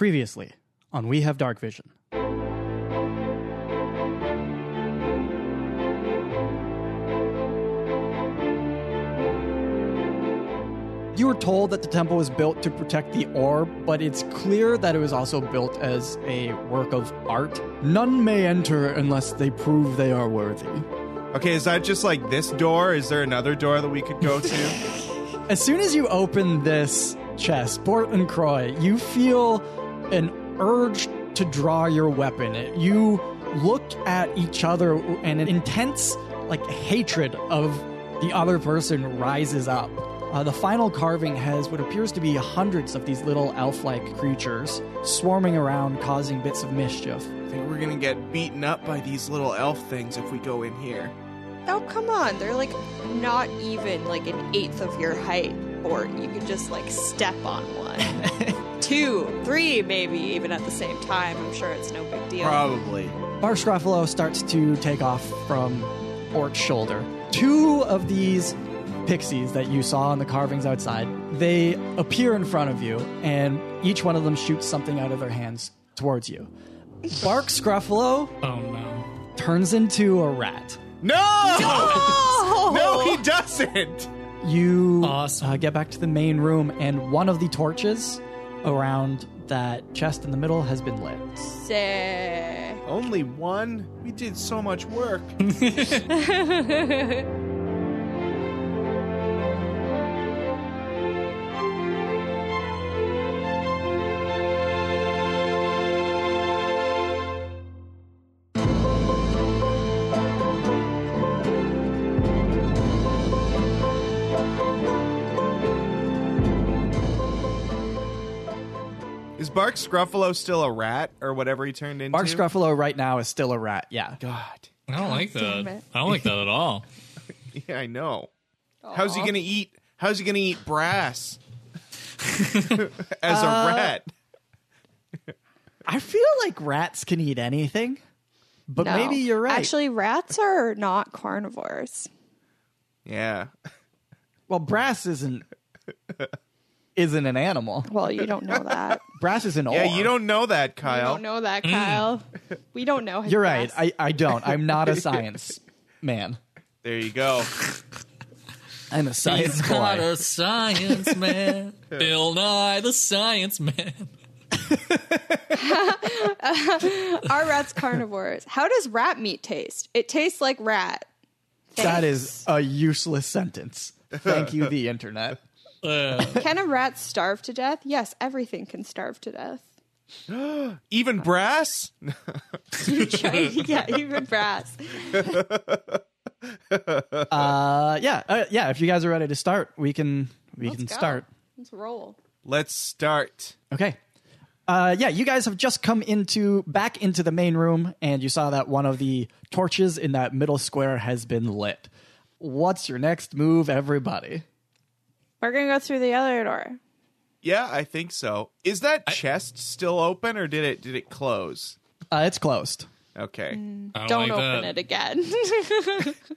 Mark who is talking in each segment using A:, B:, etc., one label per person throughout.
A: Previously on We Have Dark Vision. You were told that the temple was built to protect the orb, but it's clear that it was also built as a work of art. None may enter unless they prove they are worthy.
B: Okay, is that just like this door? Is there another door that we could go to?
A: As soon as you open this chest, Bort and Croy, you feel an urge to draw your weapon. You look at each other and an intense like hatred of the other person rises up. Uh, the final carving has what appears to be hundreds of these little elf-like creatures swarming around causing bits of mischief.
B: I think we're gonna get beaten up by these little elf things if we go in here.
C: Oh, come on. They're like not even like an eighth of your height, or you could just like step on one. Two, three, maybe even at the same time. I'm sure it's no big deal.
B: Probably.
A: Barsh Ruffalo starts to take off from Ort's shoulder. Two of these pixies that you saw on the carvings outside, they appear in front of you, and each one of them shoots something out of their hands towards you. Bark Scruffalo
D: Oh no.
A: turns into a rat.
B: No!
C: Oh!
B: No, he doesn't!
A: You
D: Awesome.
A: uh, get back to the main room, and one of the torches around that chest in the middle has been lit.
C: Sick.
B: Only one? We did so much work. Is Bark Scruffalo still a rat or whatever he turned into?
A: Bark Scruffalo right now is still a rat, yeah.
B: God.
D: I don't like
C: damn
D: that.
C: it.
D: I don't like that at all.
B: Yeah, I know. How's he gonna eat? How's he gonna eat brass? As a
C: Uh.
B: rat.
A: I feel like rats can eat anything, but
C: No.
A: maybe you're right.
C: Actually, rats are not carnivores.
B: Yeah.
A: Well, brass isn't isn't an animal.
C: Well, you don't know that.
A: Brass is an
B: Yeah,
A: ore.
B: you don't know that,
C: I
B: Kyle.
C: don't know that, Kyle. We don't know. his
A: Mm. You're right.
C: ass.
A: I, I don't. I'm not a science man.
B: There you go.
A: I'm a science
D: He's
A: boy.
D: not a science man. Bill Nye, the science man.
C: Are rats carnivores? How does rat meat taste? It tastes like rat.
A: that is a useless sentence. Thank you, the internet.
D: Uh,
C: Can a rat starve to death? Yes, everything can starve to death.
B: Even brass?
C: yeah, even brass.
A: Uh, yeah, uh, yeah. If you guys are ready to start, we can we can
C: go.
A: start.
C: Let's roll.
B: Let's start.
A: Okay. Uh, yeah, you guys have just come into back into the main room, and you saw that one of the torches in that middle square has been lit. What's your next move, everybody?
C: We're gonna go through the other door.
B: Yeah, I think so. Is that chest still open or did it did it close?
A: Uh, it's closed.
B: Okay.
D: I
C: Don't
D: like
C: open it
D: that.
C: again.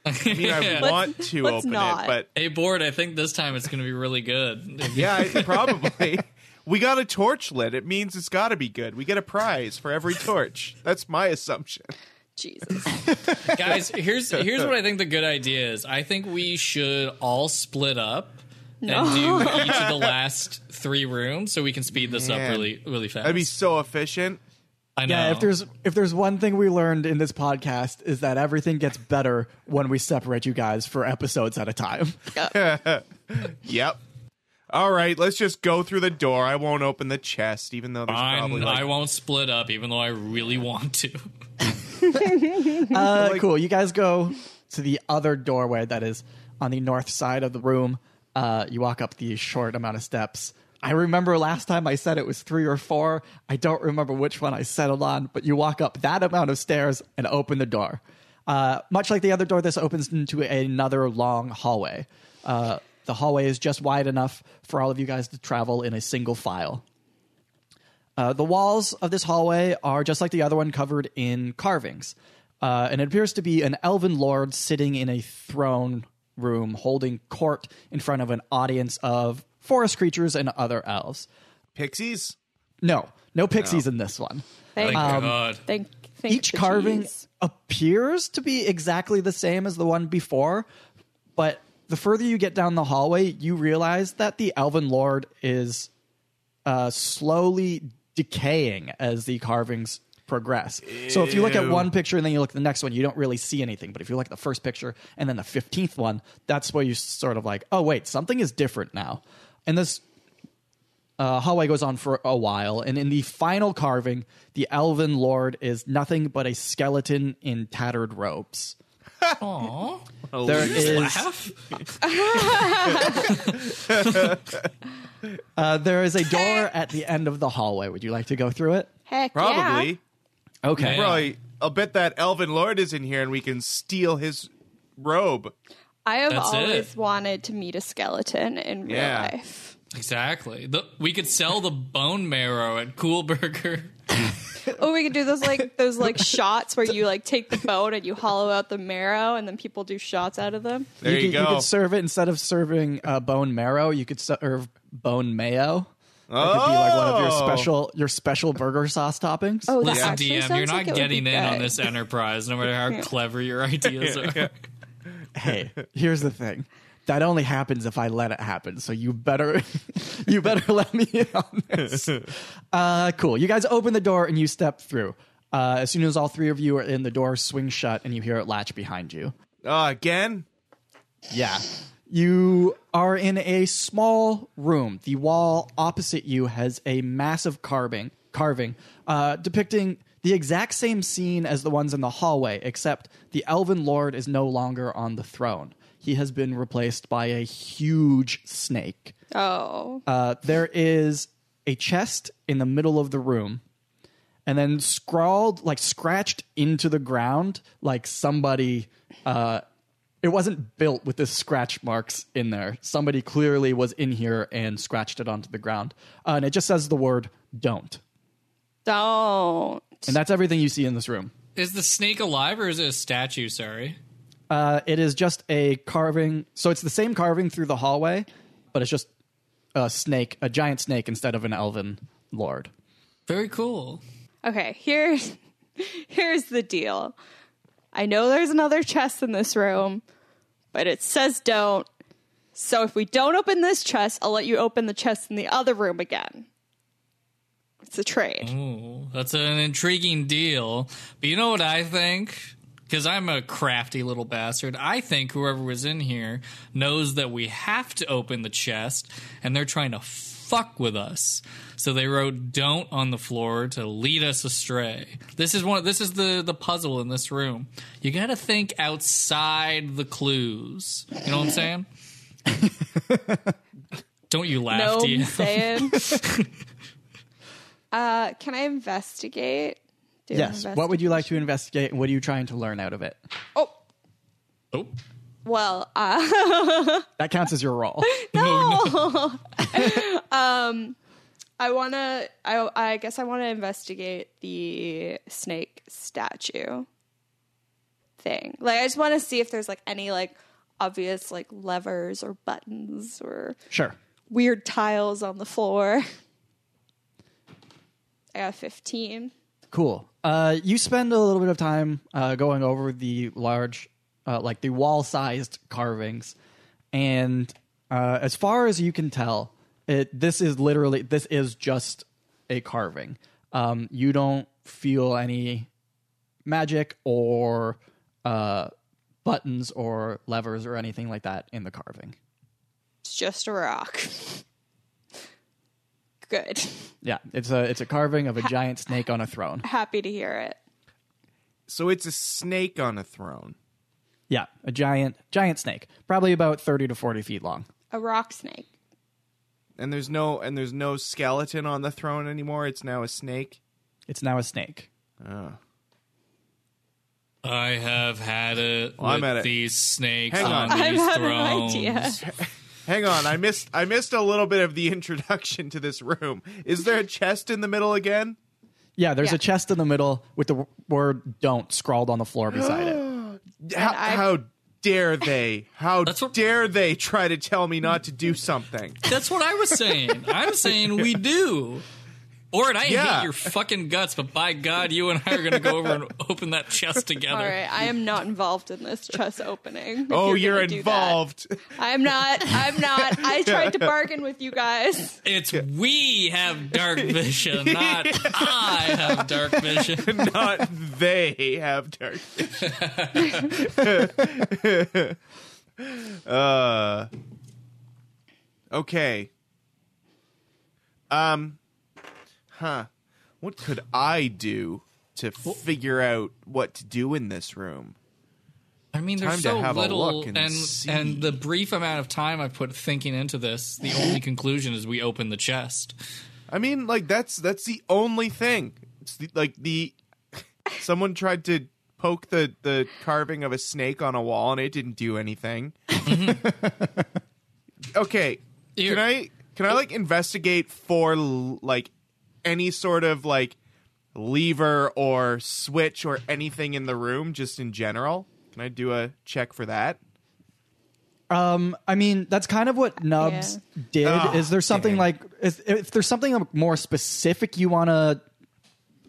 B: I mean, I
D: Yeah.
B: want to
C: let's
B: open
C: not.
B: it, but
D: Hey, board, I think this time it's going to be really good.
B: yeah, I, probably. we got a torch lit. It means it's got to be good. We get a prize for every torch. That's my assumption.
C: Jesus.
D: Guys, here's here's what I think the good idea is. I think we should all split up and do each of the last three rooms so we can speed this
B: Man.
D: up really really fast.
B: That'd be so efficient.
D: I know.
A: Yeah, if there's if there's one thing we learned in this podcast is that everything gets better when we separate you guys for episodes at a time.
B: Yep. All right, let's just go through the door. I won't open the chest, even though there's
D: I'm,
B: probably like,
D: I won't split up, even though I really want to.
A: Uh, cool. You guys go to the other doorway that is on the north side of the room. Uh, you walk up the short amount of steps. I remember last time I said it was three or four. I don't remember which one I settled on, but you walk up that amount of stairs and open the door. Uh, much like the other door, this opens into another long hallway. Uh, the hallway is just wide enough for all of you guys to travel in a single file. Uh, the walls of this hallway are just like the other one covered in carvings. Uh, and it appears to be an elven lord sitting in a throne room holding court in front of an audience of forest creatures and other elves.
B: pixies.
A: No, no pixies in this one.
C: Thank,
D: Thank
C: um,
D: God.
C: thank, thank
A: Each
C: the
A: carving
C: cheese.
A: appears to be exactly the same as the one before, but the further you get down the hallway, you realize that the Elven Lord is uh, slowly decaying as the carvings progress. So if you look at
B: Ew.
A: one picture and then you look at the next one, you don't really see anything. But if you look at the first picture and then the 15th one, that's where you sort of like, oh, wait, something is different now. And this uh, hallway goes on for a while, and in the final carving, the elven lord is nothing but a skeleton in tattered robes.
D: Aw.
A: There
D: Just
A: is
D: laugh.
A: uh, there is a door at the end of the hallway. Would you like to go through it?
C: Heck
B: Probably.
C: yeah.
A: Okay.
D: Yeah.
B: Probably. I'll bet that Elven Lord is in here and we can steal his robe.
C: I have
D: That's
C: always
D: it.
C: wanted to meet a skeleton in real
B: Yeah.
C: life.
D: Exactly. The, we could sell the bone marrow at Cool Burger.
C: Oh, we could do those like those like shots where you like take the bone and you hollow out the marrow, and then people do shots out of them.
B: There you,
A: could,
B: go.
A: could serve it instead of serving uh, bone marrow. You could serve bone mayo. That could be like one of your
B: Oh.
A: special your special burger sauce toppings.
C: Oh, that
D: Listen,
C: actually
D: DM,
C: sounds
D: you're not
C: like it would be
D: getting in on
C: good.
D: this enterprise, no matter how clever your ideas are.
A: Hey, here's the thing. That only happens if I let it happen. So you better, you better let me in on this. Uh, cool. You guys open the door and you step through. Uh, as soon as all three of you are in, the door swings shut and you hear it latch behind you.
B: uh, again?
A: Yeah. You are in a small room. The wall opposite you has a massive carving, carving uh, depicting the exact same scene as the ones in the hallway, except the elven lord is no longer on the throne. He has been replaced by a huge snake.
C: Oh,
A: Uh, there is a chest in the middle of the room, and then scrawled, like scratched into the ground, like somebody. Uh, it wasn't built with the scratch marks in there. Somebody clearly was in here and scratched it onto the ground, uh, and it just says the word "don't,"
C: don't.
A: and that's everything you see in this room.
D: Is the snake alive or is it a statue? Sorry.
A: Uh, it is just a carving, so it's the same carving through the hallway, but it's just a snake, a giant snake instead of an elven lord.
D: Very cool.
C: Okay, here's here's the deal. I know there's another chest in this room, but it says don't. So if we don't open this chest, I'll let you open the chest in the other room again. It's a trade.
D: Ooh, that's an intriguing deal. But you know what I think? Because I'm a crafty little bastard. I think whoever was in here knows that we have to open the chest and they're trying to fuck with us. So they wrote don't on the floor to lead us astray. This is one this is the the puzzle in this room. You got to think outside the clues. You know what I'm saying? Don't you laugh,
C: No, I'm
D: DM.
C: saying. uh, can I investigate? Do an
A: Yes. What would
C: investi-
A: you like to investigate, and what are you trying to learn out of it?
C: Oh,
D: Oh.
C: well, uh,
A: That counts as your role.
C: I want to. I, I guess I want to investigate the snake statue thing. Like, I just want to see if there's like any like obvious like levers or buttons or
A: sure.
C: weird tiles on the floor. I got fifteen.
A: Cool. Uh, you spend a little bit of time uh, going over the large, uh, like the wall sized carvings. And uh, as far as you can tell, it, this is literally, this is just a carving. Um, you don't feel any magic or uh, buttons or levers or anything like that in the carving.
C: It's just a rock. Good.
A: Yeah, it's a it's a carving of a giant snake on a throne.
C: Happy to hear it.
B: So it's a snake on a throne.
A: Yeah, a giant giant snake, probably about thirty to forty feet long.
C: A rock snake.
B: And there's no and there's no skeleton on the throne anymore. It's now a snake.
A: It's now a snake.
D: I have had it
B: Well, I'm
D: with
B: at it.
D: these snakes
B: Hang
D: on,
B: on.
D: these
C: I'm having an
D: thrones.
C: idea.
B: Hang on, I missed I missed a little bit of the introduction to this room. Is there a chest in the middle again?
A: Yeah, there's
C: Yeah.
A: a chest in the middle with the w- word "don't" scrawled on the floor beside it.
B: How,
C: I-
B: how dare they? How
D: That's what-
B: dare they try to tell me not to do something?
D: That's what I was saying. I'm saying we do. Ord, I
B: Yeah.
D: hate your fucking guts, but by God, you and I are going to go over and open that chest together.
C: All right, I am not involved in this chess opening. if
B: Oh, you're,
C: gonna do that.
B: involved.
C: I'm not. I'm not. I tried to bargain with you guys.
D: It's we have dark vision, not I have dark vision.
B: Not they have dark vision. uh, okay. Um, huh. What could I do to figure out what to do in this room?
D: I mean,
B: Time
D: there's
B: to
D: so
B: have a
D: little,
B: look
D: and
B: and
D: and,
B: see.
D: the brief amount of time I put thinking into this, the only conclusion is we open the chest.
B: I mean, like that's that's the only thing. It's the, like the someone tried to poke the the carving of a snake on a wall and it didn't do anything. okay,
D: Here.
B: can I can I like investigate for l- like any sort of like lever or switch or anything in the room just in general? Can I do a check for that?
A: Um, I mean, that's kind of what Nubs did.
B: Ah,
A: is there something
B: dang.
A: like is, if there's something more specific you want to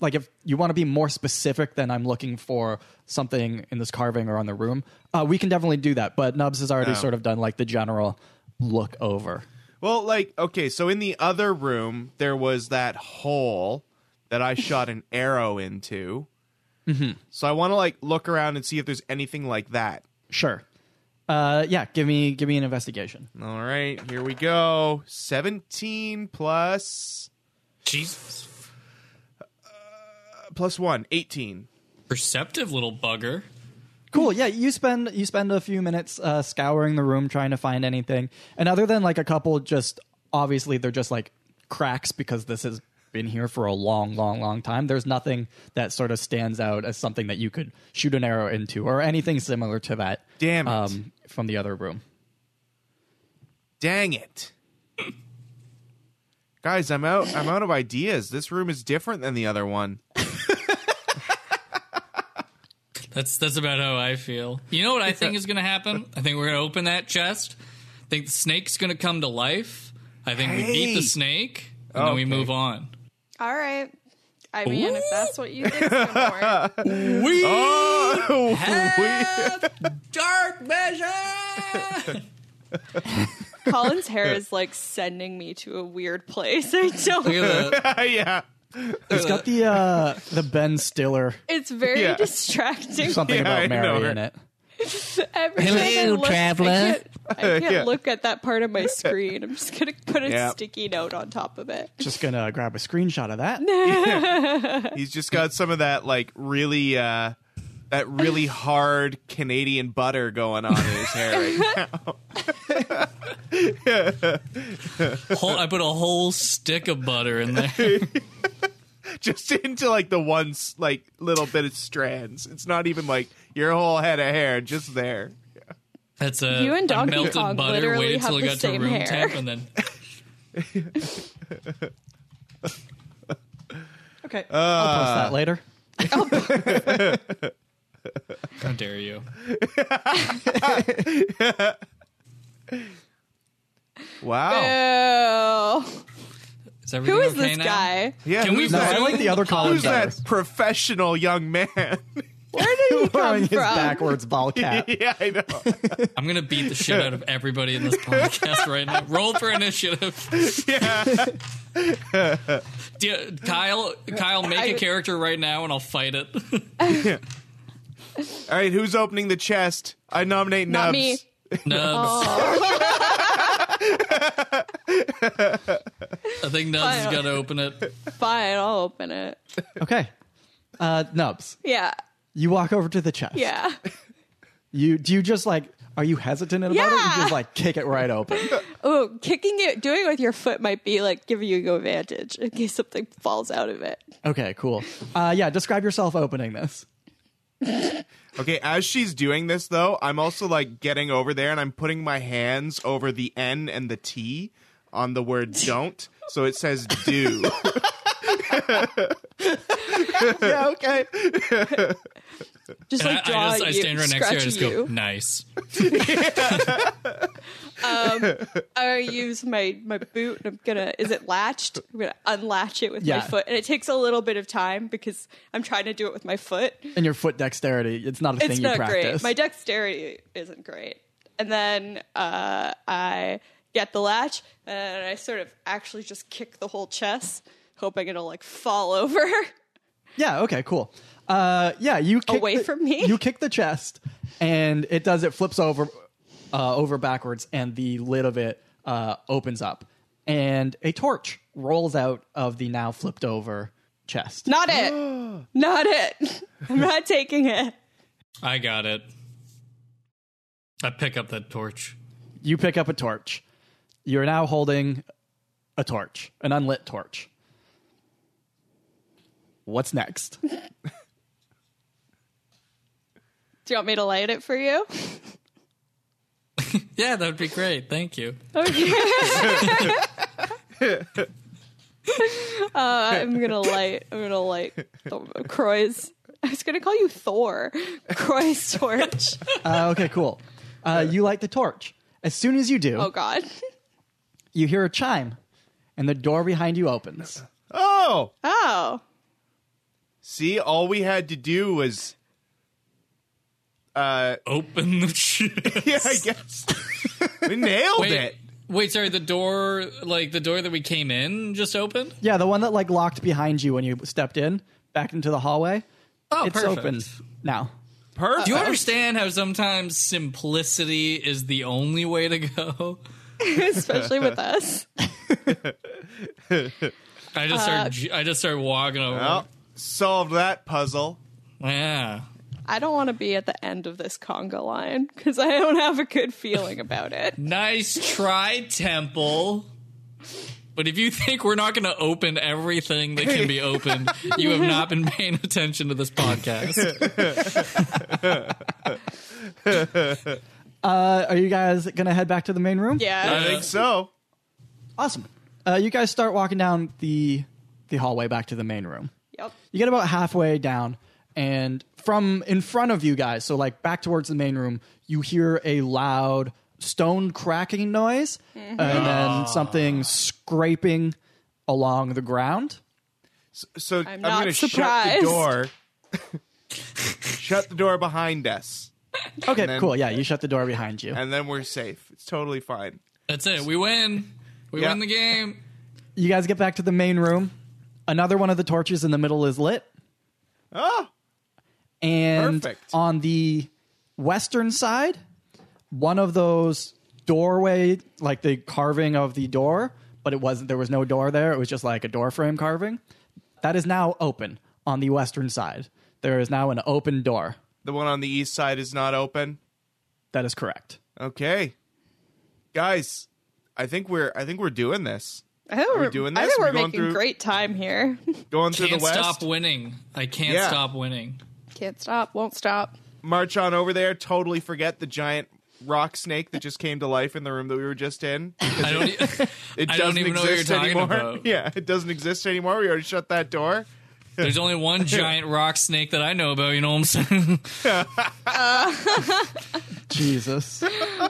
A: like if you want to be more specific than I'm looking for something in this carving or on the room, uh, we can definitely do that. But Nubs has already
B: Oh.
A: sort of done like the general look over.
B: Well, like, okay, so in the other room, there was that hole that I shot an arrow into. Mm-hmm. So I want to, like, look around and see if there's anything like that.
A: Sure. Uh, yeah, give me give me an investigation.
B: All right, here we go. 17 plus,
D: Jesus.
B: plus 1, 18.
D: Perceptive little bugger.
A: Cool. Yeah, you spend you spend a few minutes uh, scouring the room trying to find anything, and other than like a couple, just obviously they're just like cracks because this has been here for a long, long, long time. There's nothing that sort of stands out as something that you could shoot an arrow into or anything similar to that. um,
B: Damn it.
A: from the other room.
B: Dang it. Guys, I'm out I'm out of ideas. This room is different than the other one.
D: That's that's about how I feel. You know what I think is going to happen? I think we're going to open that chest. I think the snake's going to come to life. I think we beat
B: Hey.
D: the snake and then we
B: Okay.
D: move on.
C: All right. I mean, if that's what you think's gonna work.
D: We
B: Oh,
D: dark vision.
C: Colin's hair is like sending me to a weird place. I don't.
B: we- yeah.
A: It's got the uh, the Ben Stiller
C: It's very
B: Yeah.
C: distracting.
A: something
B: Yeah, I
A: about
B: know
A: Mary
B: her.
A: in it.
C: Every time I
D: Hello,
C: look- I
D: traveler.
C: can't- I can't,
B: Yeah.
C: look at that part of my screen. I'm just gonna put a
B: Yeah.
C: sticky note on top of it.
A: Just gonna grab a screenshot of that.
B: He's just got some of that like really uh that really hard Canadian butter going on in his hair right now.
D: whole, I put a whole stick of butter in there.
B: Just into like the one s- like little bit of strands. It's not even like your whole head of hair, just there.
D: That's a
C: You and
D: a
C: Donkey
D: melted
C: Kong
D: butter.
C: literally
D: Waited
C: have
D: till it
C: the
D: got to
C: same
D: room
C: hair.
D: temp and then
A: Okay,
B: Oh.
A: I'll post
B: Uh,
A: that later.
D: how dare you?
C: Uh,
B: Wow.
C: Oh,
D: Is everything
C: who is
D: okay
C: this
D: now?
C: guy?
B: Yeah.
D: Can we
B: who's
A: No,
B: that,
A: I like the other Colin
B: who's
A: better.
B: that professional young man?
C: Where did he
A: Wearing
C: come
A: his
C: from?
A: backwards ball cap.
B: yeah, I know.
D: I'm gonna beat the shit out of everybody in this podcast right now. Roll for initiative.
B: Yeah.
D: Do- Kyle, Kyle, make a
C: I-
D: character right now and I'll fight it.
B: All right, who's opening the chest? I nominate
C: Not
B: Nubs.
C: me.
D: Nubs. I think Nubs is
C: Fine.
D: gonna open it.
C: Fine, I'll open it.
A: Okay, uh, Nubs,
C: Yeah,
A: you walk over to the chest.
C: yeah.
A: You do you just like are you hesitant about it? You
C: Yeah.
A: just like kick it right open.
C: Oh, kicking it, doing it with your foot might be like giving you an advantage in case something falls out of it.
A: Okay, cool. Uh, yeah, describe yourself opening this.
B: Okay, as she's doing this though, I'm also like getting over there and I'm putting my hands over the N and the T on the word don't. So it says do.
A: yeah, okay.
C: Just
D: And
C: like
D: I,
C: draw
D: I just I
C: you,
D: stand right next to her. I
C: scratch
D: just
C: you.
D: go nice.
C: I use my my boot and I'm gonna is it latched? I'm gonna unlatch it with
A: Yeah.
C: my foot, and it takes a little bit of time because I'm trying to do it with my foot.
A: And your foot dexterity, it's not a
C: It's
A: thing
C: not
A: you practice.
C: great. My dexterity isn't great, and then uh, I get the latch and I sort of actually just kick the whole chest, hoping it'll like fall over.
A: Yeah. Okay. Cool. Uh, yeah. You kick
C: Away
A: the-
C: from me?
A: You kick the chest, and it does. It flips over, uh, over backwards, and the lid of it uh, opens up, and a torch rolls out of the now flipped over chest.
C: Not it. not it. I'm not taking it.
D: I got it. I pick up that torch.
A: You pick up a torch. You're now holding a torch, an unlit torch. What's next?
C: Do you want me to light it for you?
D: Yeah, that would be great. Thank you.
C: Uh, I'm gonna light. I'm gonna light the Croy's. I was gonna call you Thor. Croy's torch.
A: Uh, okay. Cool. Uh, you light the torch. As soon as you do,
C: Oh God.
A: you hear a chime, and the door behind you opens.
B: Oh,
C: Oh.
B: see, all we had to do was. Uh,
D: Open the chest.
B: yeah, I guess we nailed
D: Wait,
B: it.
D: wait, sorry. The door, like the door that we came in, just opened.
A: Yeah, the one that like locked behind you when you stepped in back into the hallway.
D: Oh,
A: it's
D: perfect.
A: open now.
B: Perfect.
D: Do you understand how sometimes simplicity is the only way to go?
C: Especially with us.
D: I just start. j- I just start walking over.
B: Well, solved that puzzle.
D: Yeah.
C: I don't want to be at the end of this conga line because I don't have a good feeling about it.
D: Nice try, Temple. But if you think we're not going to open everything that can be opened, you have not been paying attention to this podcast.
A: Uh, are you guys gonna head back to the main room?
C: Yeah.
B: I think so.
A: Awesome. Uh, you guys start walking down the the hallway back to the main room.
C: Yep.
A: You get about halfway down, and from in front of you guys, so like back towards the main room, you hear a loud stone cracking noise, and
B: Ah.
A: then something scraping along the ground.
B: So I'm,
C: not
B: going to shut the
C: surprised.
B: door. shut the door behind us,
A: Okay,
B: then-
A: cool. Yeah, you shut the door behind you.
B: and then we're safe. It's totally fine.
D: That's it. We win. We
B: Yeah.
D: win the game.
A: You guys get back to the main room. Another one of the torches in the middle is lit.
B: Oh,
A: And
B: Perfect.
A: on the western side, one of those doorway, like the carving of the door, but it wasn't, there was no door there. It was just like a door frame carving. That is now open on the western side. There is now an open door.
B: the one on the east side is not open.
A: That is correct.
B: Okay, guys, I think we're I think we're doing this.
C: I think we're,
B: doing
C: I
B: this?
C: think
B: We
C: we're
B: going
C: making
B: through-
C: great time here.
B: Going through
D: Can't
B: the west,
D: stop winning. I can't
B: Yeah.
D: stop winning.
C: Can't stop. Won't stop.
B: march on over there. Totally forget the giant rock snake that just came to life in the room that we were just in.
D: I don't. e-
B: It
D: I
B: doesn't
D: don't even know what you're
B: exist
D: talking
B: anymore.
D: about.
B: Yeah, it doesn't exist anymore. We already shut that door.
D: There's only one giant rock snake that I know about. You know what I'm saying?
A: Jesus.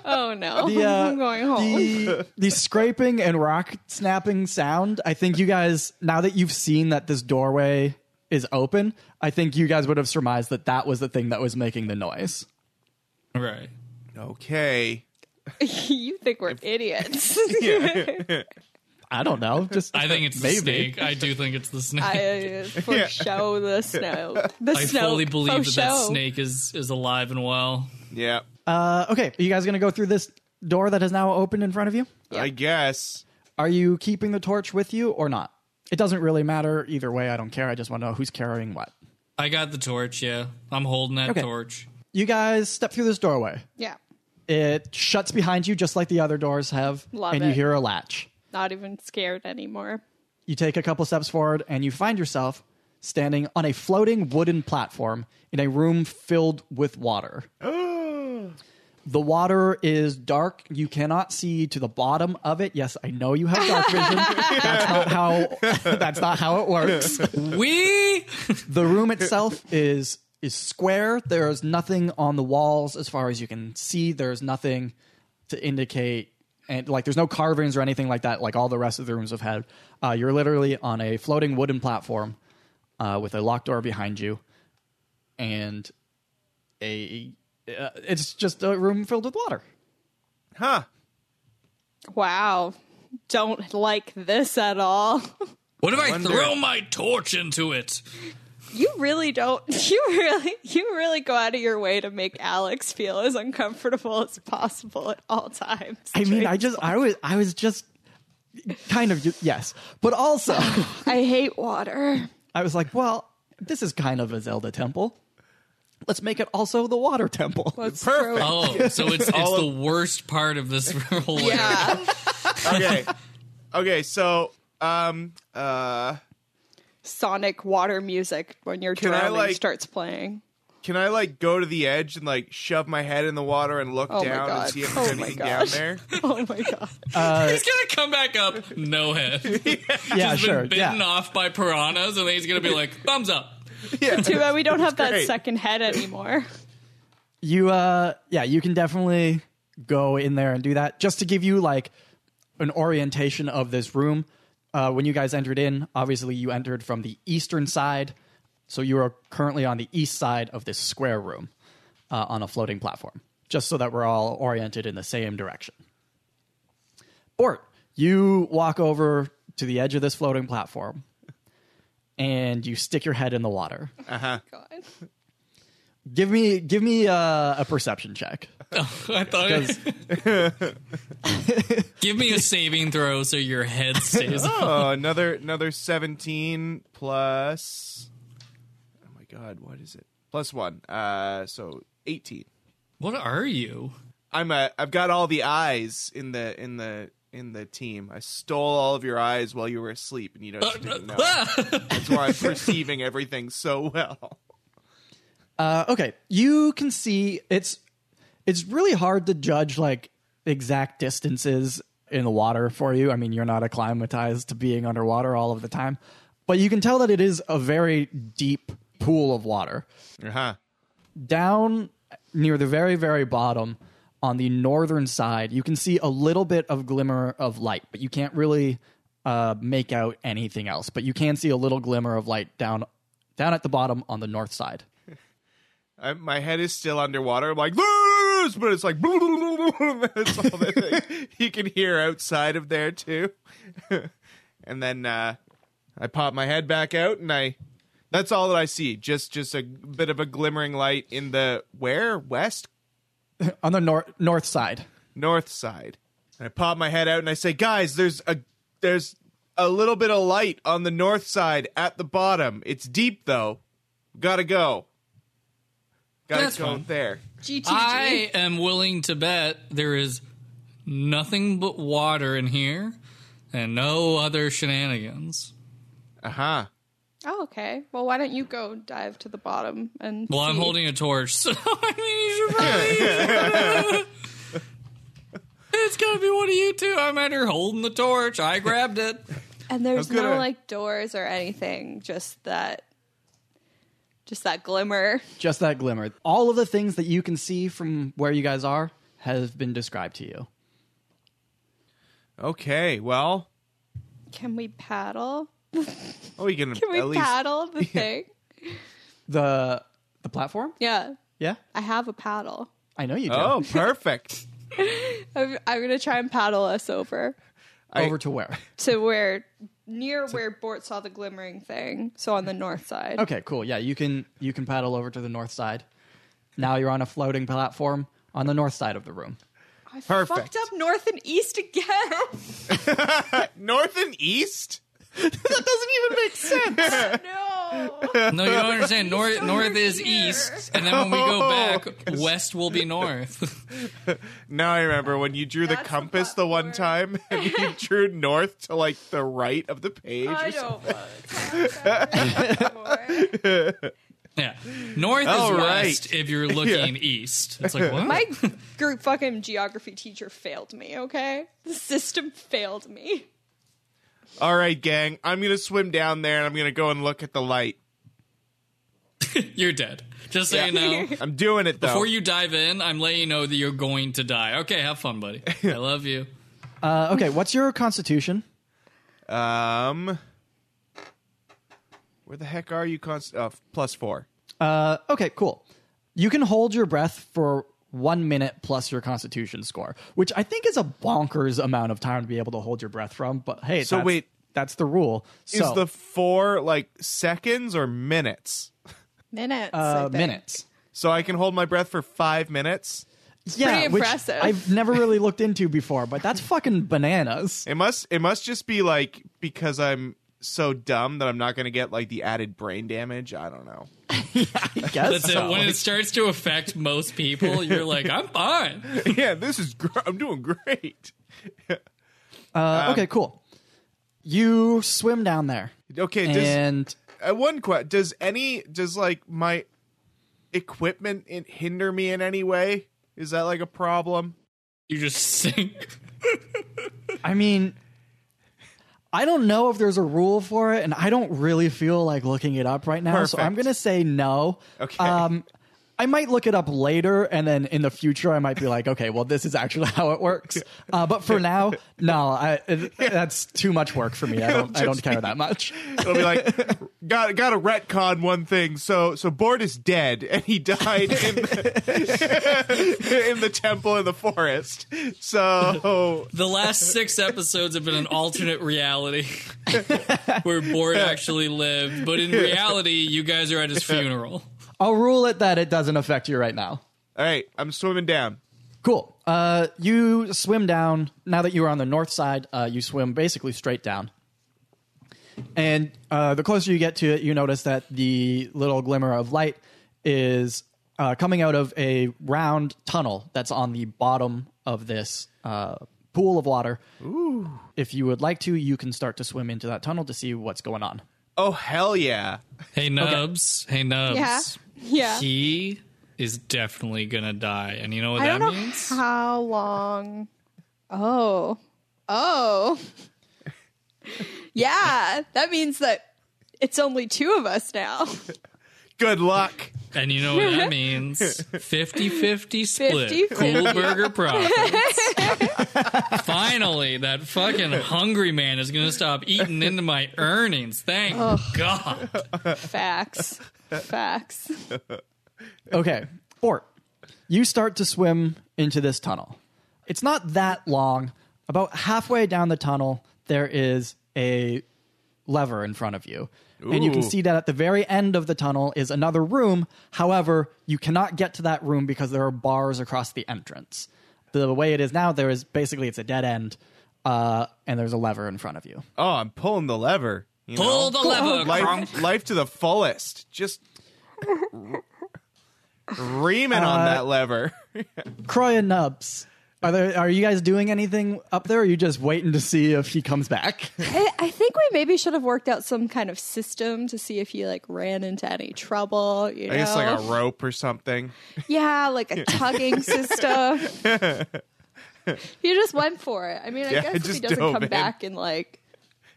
C: Oh no.
A: The, uh,
C: I'm going home.
A: The, the scraping and rock snapping sound. I think you guys, now that you've seen that this doorway is open, I think you guys would have surmised that that was the thing that was making the noise.
D: right.
B: Okay.
C: you think we're idiots.
A: I don't know. Just
D: I think it's the snake. I do think it's the snake. I,
C: I uh, for show the snow. The snow.
D: fully
C: for
D: believe that that
C: show.
D: snake is is alive and well.
B: Yeah.
A: Uh, okay, are you guys gonna go through this door that has now opened in front of you?
B: I guess.
A: Are you keeping the torch with you or not? It doesn't really matter either way. I don't care. I just want to know who's carrying what.
D: I got the torch. Yeah, I'm holding that
A: Okay.
D: torch.
A: You guys step through this doorway.
C: Yeah.
A: It shuts behind you just like the other doors have,
C: Love
A: and
C: it.
A: you hear a latch.
C: Not even scared anymore.
A: You take a couple steps forward and you find yourself standing on a floating wooden platform in a room filled with water. The water is dark. You cannot see to the bottom of it. Yes, I know you have dark vision. that's not how that's not how it works.
D: We
A: The room itself is is square. There is nothing on the walls as far as you can see. There's nothing to indicate and like there's no carvings or anything like that like all the rest of the rooms have had. Uh, you're literally on a floating wooden platform uh, with a locked door behind you and a uh, it's just a room filled with water.
B: Huh.
C: Wow. Don't like this at all.
D: What if I,
B: wonder-
D: throw my torch into it?
C: You really don't. You really, you really go out of your way to make Alex feel as uncomfortable as possible at all times.
A: I mean, I just I was I was just kind of ju- yes, but also
C: I hate water.
A: I was like, well, this is kind of a Zelda temple. Let's make it also the water temple.
C: Let's
B: Perfect.
C: throw-
D: Oh, so it's it's the worst part of this whole area.
C: Yeah.
B: Okay. okay. So, um, uh,
C: Sonic water music when you're
B: Can I,
C: drowning
B: like-
C: starts playing.
B: can I like go to the edge and like shove my head in the water and look
C: Oh my
B: down and
C: God.
B: see if there's
C: Oh my
B: anything down
C: gosh.
B: there?
C: Oh my god.
D: He's gonna come back up, no head. He's
A: yeah,
D: been
A: sure.
D: bitten
A: Yeah.
D: off by piranhas, and then he's gonna be like, thumbs up.
C: Too bad we don't have that
B: great.
C: second head anymore.
A: You uh yeah, you can definitely go in there and do that. Just to give you like an orientation of this room. Uh, when you guys entered in, obviously you entered from the eastern side, so you are currently on the east side of this square room uh, on a floating platform. Just so that we're all oriented in the same direction. Bort, you walk over to the edge of this floating platform, and you stick your head in the water.
C: God.
A: Give me, give me uh, a perception check.
D: I thought it Give me a saving throw so your head stays.
B: Oh, another another seventeen plus. Oh my god, what is it? Plus one. Uh, so eighteen.
D: what are you?
B: I'm a. I've got all the eyes in the in the in the team. I stole all of your eyes while you were asleep, and you
D: Uh,
B: don't didn't know. That's why I'm perceiving everything so well.
A: Uh, okay, you can see it's it's really hard to judge like exact distances in the water for you. I mean, you're not acclimatized to being underwater all of the time, but you can tell that it is a very deep pool of water.
B: Uh-huh.
A: down near the very very bottom on the northern side you can see a little bit of glimmer of light but you can't really uh, make out anything else but you can see a little glimmer of light down down at the bottom on the north side
B: I, my head is still underwater. I'm like, "Loose!" but it's like, that's all that thing you can hear outside of there too. and then uh, I pop my head back out, and I, that's all that I see. Just just a bit of a glimmering light in the where west
A: on the nor- north side
B: north side. And I pop my head out and I say, "Guys, there's a there's a little bit of light on the north side at the bottom. It's deep though. Gotta go. Gotta
D: That's
B: go
D: fine.
B: there."
C: GTG.
D: I am willing to bet there is nothing but water in here and no other shenanigans.
B: Uh huh.
C: Oh, okay. Well, why don't you go dive to the bottom and?
D: Well, I'm
C: see.
D: holding a torch, so I mean, you should probably. it's gonna be one of you two. I'm at her holding the torch. I grabbed it.
C: And there's
B: I'm gonna-
C: no like doors or anything. Just that. Just that glimmer.
A: just that glimmer all of the things that you can see from where you guys are have been described to you
B: Okay, well,
C: Can we paddle?
B: oh, you can,
C: Can we
B: at least.
C: paddle the thing?
A: the the platform
C: Yeah,
A: yeah
C: I have a paddle.
A: i know you do
B: Oh, perfect.
C: I'm, I'm gonna try and paddle us over
A: over to where
C: to where near where Bort saw the glimmering thing. So on the north side.
B: Oh,
A: Okay, cool. Yeah, you can you can paddle over to the north side. Now you're on a floating platform on the north side of the room.
C: I
B: perfect.
C: fucked up north and east again.
B: North and east?
A: That doesn't even make sense.
C: no.
D: No, you don't understand. North,
C: over
D: north is
C: here.
D: east, and then when we
B: Oh.
D: go back, west will be north.
B: Now I remember when you drew
C: That's
B: the
C: the
B: compass the, one time and you drew north to like the right of the page.
C: I
B: or something.
C: don't want to talk about it anymore.
D: Yeah. North
B: All
D: is
B: right.
D: west if you're looking east. It's like, what?
C: My g- fucking geography teacher failed me, okay? The system failed me.
B: All right, gang. I'm gonna swim down there and I'm gonna go and look at the light.
D: You're dead. Just so
B: Yeah.
D: you know.
B: I'm doing it though.
D: Before you dive in, I'm letting you know that you're going to die. Okay, have fun, buddy. I love you.
A: Uh, okay, what's your constitution?
B: um, where the heck are you? Const- uh, plus four.
A: Uh, okay, cool. You can hold your breath for one minute plus your constitution score, which I think is a bonkers amount of time to be able to hold your breath from. But hey,
B: So
A: that's,
B: wait.
A: that's the rule. So
B: Is the four like seconds or minutes?
C: Minutes. I
A: uh,
C: think.
A: minutes.
B: So I can hold my breath for five minutes.
A: Yeah,
C: Pretty
A: which
C: impressive.
A: I've never really looked into before, but that's fucking bananas.
B: It must. It must just be like because I'm so dumb that I'm not gonna get like the added brain damage. I don't know.
A: I guess
D: That's
A: so.
D: it. When it starts to affect most people, you're like, I'm fine.
B: yeah, this is. Gr- I'm doing great.
A: Uh, okay, cool. You swim down there,
B: Okay. Does,
A: and
B: uh, one question: Does any does like my equipment in- hinder me in any way? Is that like a problem?
D: You just sink.
A: I mean, I don't know if there's a rule for it, and I don't really feel like looking it up right now, so I'm
B: Perfect.
A: gonna say no.
B: Okay.
A: Um, I might look it up later, and then in the future, I might be like, okay, well, this is actually how it works. Uh, but for now, no, I, it, that's too much work for me. I don't, I don't care that much.
B: It'll be like, got got to retcon one thing. So so Bort is dead, and he died in the, in the temple in the forest. So
D: The last six episodes have been an alternate reality where Bort actually lived, but in reality, you guys are at his funeral.
A: I'll rule it that it doesn't affect you right now.
B: all right, I'm swimming down.
A: Cool. Uh, you swim down. Now that you are on the north side, uh, you swim basically straight down. And uh, the closer you get to it, you notice that the little glimmer of light is uh, coming out of a round tunnel that's on the bottom of this uh, pool of water. Ooh. If you would like to, you can start to swim into that tunnel to see what's going on.
B: Oh hell yeah!
D: Hey, Nubs. Hey, Nubs.
C: Yeah. Yeah.
D: He is definitely going to die. And you know what
C: I
D: that
C: don't know
D: means?
C: how long. Oh. Oh. yeah, that means that it's only two of us now.
B: Good luck.
D: And you know what that means? 50-50 split.
C: 50-50.
D: Cool burger profits. Finally, that fucking hungry man is going to stop eating into my earnings. Thank God.
C: Facts. Facts.
A: Okay, Fort, you start to swim into this tunnel. It's not that long. About halfway down the tunnel, there is a lever in front of you. And you can
B: Ooh.
A: see that at the very end of the tunnel is another room. However, you cannot get to that room because there are bars across the entrance. The way it is now, there is basically it's a dead end, uh, and there's a lever in front of you.
B: Oh, I'm pulling the lever. you
D: Pull
B: know?
D: the lever, Kronk.
B: life, life to the fullest. Just reaming on that lever.
A: Croy and Nubs, are there? Are you guys doing anything up there? Or are you just waiting to see if he comes back?
C: I, I think we maybe should have worked out some kind of system to see if he like ran into any trouble. You know,
B: I guess like a rope or something.
C: yeah, like a tugging system. he just went for it. I mean, I
B: Yeah,
C: guess if he
B: just
C: doesn't
B: dove
C: come
B: in.
C: back in like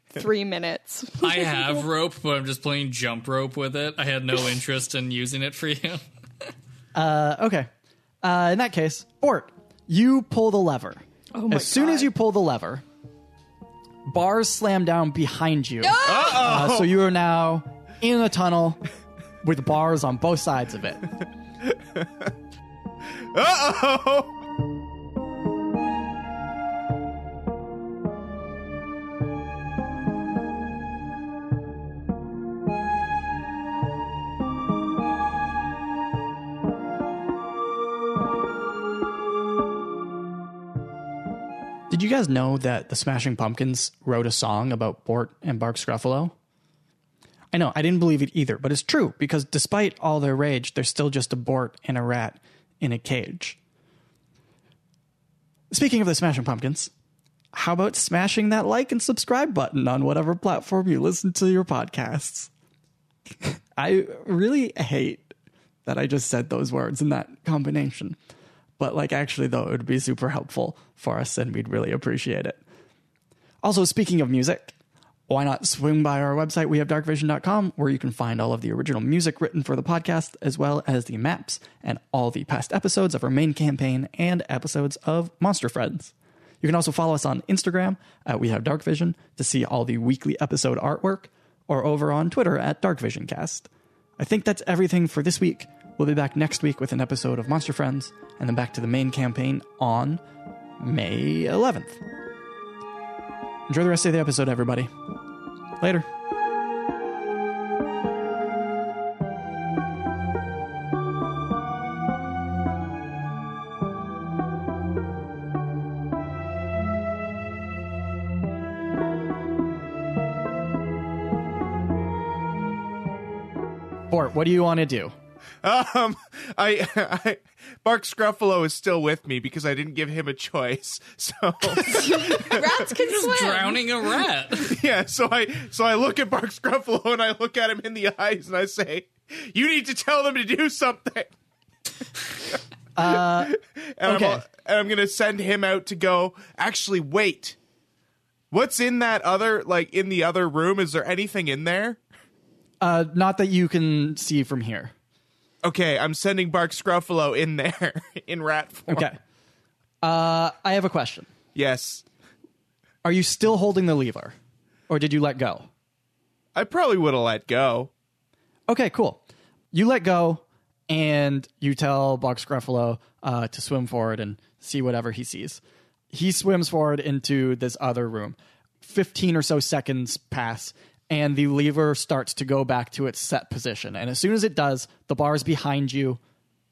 C: three minutes.
D: I have rope, but I'm just playing jump rope with it. I had no interest in using it for you.
A: Okay. Uh, in that case, Bort, you pull the lever.
C: Oh my
A: as soon as
C: God.
A: you pull the lever, bars slam down behind you. Uh, so you are now in a tunnel with bars on both sides of it.
B: Uh oh.
A: Did you guys know that the Smashing Pumpkins wrote a song about Bort and Bark Scruffalo? I know, I didn't believe it either, but it's true because despite all their rage, they're still just a Bort and a rat in a cage. Speaking of the Smashing Pumpkins, how about smashing that like and subscribe button on whatever platform you listen to your podcasts? I really hate that I just said those words in that combination. But like actually though, it would be super helpful for us and we'd really appreciate it. Also, speaking of music, why not swing by our website, we have darkvision.com, where you can find all of the original music written for the podcast, as well as the maps and all the past episodes of our main campaign and episodes of Monster Friends. You can also follow us on Instagram at We Have Dark Vision to see all the weekly episode artwork, or over on Twitter at DarkVisionCast. I think that's everything for this week. We'll be back next week with an episode of Monster Friends, and then back to the main campaign on May 11th. Enjoy the rest of the episode, everybody. Later. Bort, what do you want to do?
B: Um, I, I, Mark Scruffalo is still with me because I didn't give him a choice. So
C: Rats can swim.
D: Drowning a rat.
B: yeah, so I, so I look at Mark Scruffalo and I look at him in the eyes and I say, "You need to tell them to do something." and,
A: Uh, okay.
B: I'm, al- and I'm gonna send him out to go. Actually, wait. What's in that other, like in the other room? Is there anything in there?
A: Uh, not that you can see from here.
B: Okay, I'm sending Bark Scruffalo in there in rat form.
A: Okay. Uh, I have a question.
B: Yes,
A: Are you still holding the lever, or did you let go?
B: I probably would have let go.
A: Okay, cool. You let go, and you tell Box Gruffalo uh, to swim forward and see whatever he sees. He swims forward into this other room. Fifteen or so seconds pass, and the lever starts to go back to its set position. And as soon as it does, the bars behind you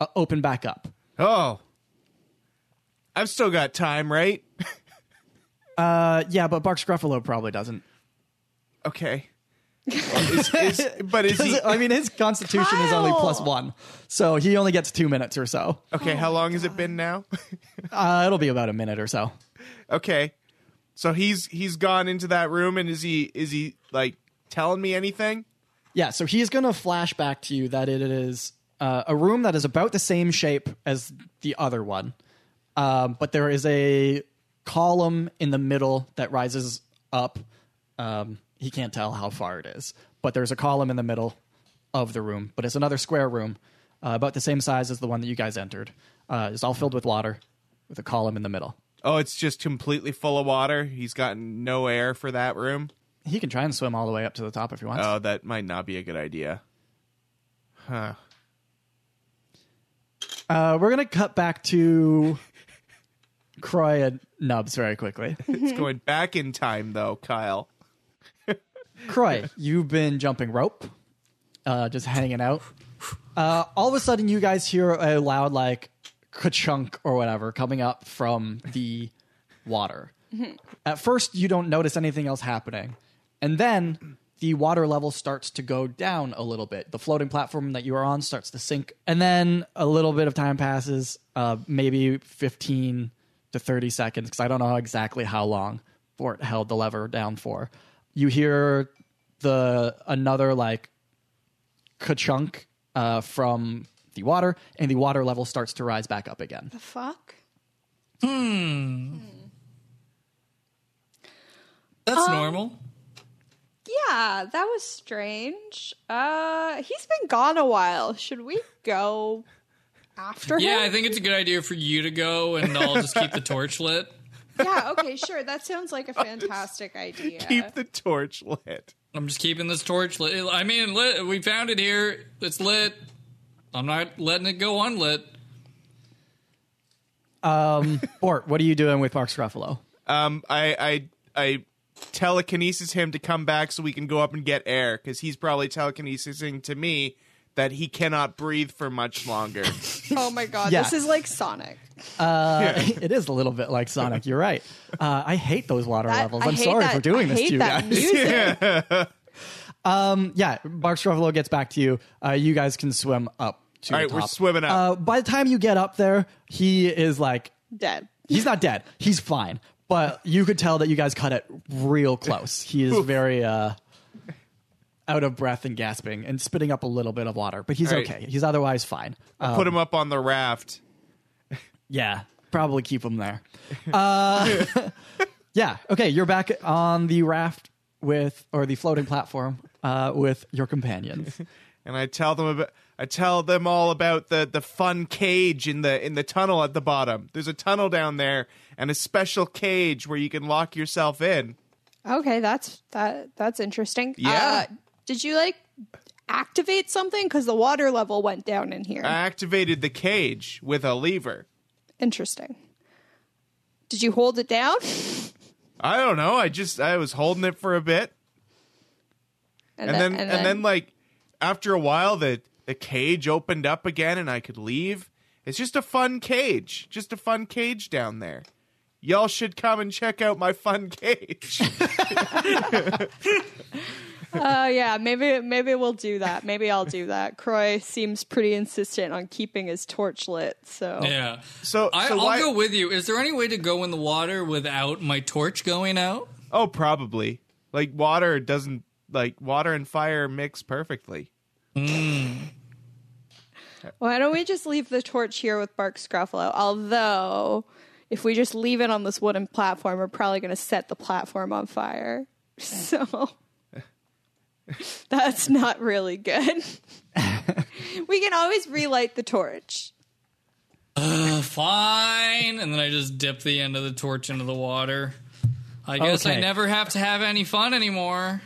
A: uh, open back up.
B: Oh, I've still got time, right?
A: Uh, yeah, but Barks Gruffalo probably doesn't.
B: Okay. Is- is- but is he?
A: I mean, his constitution is only
C: Kyle!
A: plus one, so he only gets two minutes or so.
B: Okay, how long has it been now?
A: Uh, it'll be about a minute or so.
B: okay, so he's he's gone into that room, and is he is he like telling me anything?
A: Yeah, so he's going to flash back to you that it is uh, a room that is about the same shape as the other one, um, but there is a column in the middle that rises up. Um, he can't tell how far it is, but there's a column in the middle of the room, but it's another square room, uh, about the same size as the one that you guys entered. Uh, it's all filled with water, with a column in the middle.
B: Oh, it's just completely full of water. He's gotten no air for that room.
A: He can try and swim all the way up to the top if he wants.
B: Oh, that might not be a good idea. Huh.
A: Uh, we're gonna cut back to Croy and Nubs very quickly.
B: It's going back in time though, Kyle.
A: Croy, you've been jumping rope, uh, just hanging out. Uh, all of a sudden, you guys hear a loud like ka-chunk or whatever coming up from the water. At first, you don't notice anything else happening, and then the water level starts to go down a little bit. The floating platform that you are on starts to sink, and then a little bit of time passes, uh, maybe fifteen to thirty seconds, because I don't know exactly how long Fort held the lever down for. You hear the another like ka-chunk uh, from the water, and the water level starts to rise back up again.
C: The fuck?
D: That's normal.
C: Yeah, that was strange. Uh, he's been gone a while. Should we go after
D: Yeah, I
C: him?
D: think it's a good idea for you to go, and I'll just keep the torch lit.
C: yeah, okay, sure. That sounds like a fantastic idea.
B: Keep the torch lit.
D: I'm just keeping this torch lit. I mean, lit. We found it here. It's lit. I'm not letting it go unlit.
A: Um, Bort, what are you doing with Mark Ruffalo?
B: Um, I I I telekinesis him to come back so we can go up and get air because he's probably telekinesising to me that he cannot breathe for much longer.
C: oh my god,
A: Yeah.
C: this is like Sonic.
A: it is a little bit like Sonic. You're right. Uh, I hate those water
C: That-
A: levels.
C: I
A: I'm
C: hate
A: sorry
C: that-
A: for doing
C: I
A: this
C: hate
A: to you
C: that
A: guys.
C: Music.
A: Um, yeah, Mark Ruffalo gets back to you. Uh, you guys can swim up to
B: All
A: the
B: right, we're
A: top.
B: swimming up.
A: Uh, by the time you get up there, he is like
C: Dead.
A: he's not dead. He's fine. But you could tell that you guys cut it real close. He is very uh out of breath and gasping and spitting up a little bit of water, but he's
B: All right.
A: okay. He's otherwise fine. Uh,
B: Put him up on the raft.
A: yeah, probably keep him there. Uh, yeah, okay, you're back on the raft with, or the floating platform uh, with your companions.
B: and I tell them about I tell them all about the the fun cage in the in the tunnel at the bottom. There's a tunnel down there and a special cage where you can lock yourself in.
C: Okay, that's that. That's interesting.
B: Yeah.
C: Uh, did you like activate something? Because the water level went down in here.
B: I activated the cage with a lever.
C: interesting. Did you hold it down?
B: I don't know. I just I was holding it for a bit and, then, and, then like after a while the the cage opened up again and I could leave. It's just a fun cage. Just a fun cage down there. Y'all should come and check out my fun cage.
C: Oh yeah, maybe maybe we'll do that. Maybe I'll do that. Croy seems pretty insistent on keeping his torch lit, so
D: Yeah.
B: So-
D: I,
B: so
D: I'll
B: why-
D: go with you. Is there any way to go in the water without my torch going out?
B: Oh, probably. Like water doesn't like water and fire mix perfectly.
C: why don't we just leave the torch here with Bark Scruffalo? Although, if we just leave it on this wooden platform, we're probably going to set the platform on fire. So that's not really good. we can always relight the torch.
D: Fine. And then I just dip the end of the torch into the water. I guess I
A: Okay.
D: never have to have any fun anymore.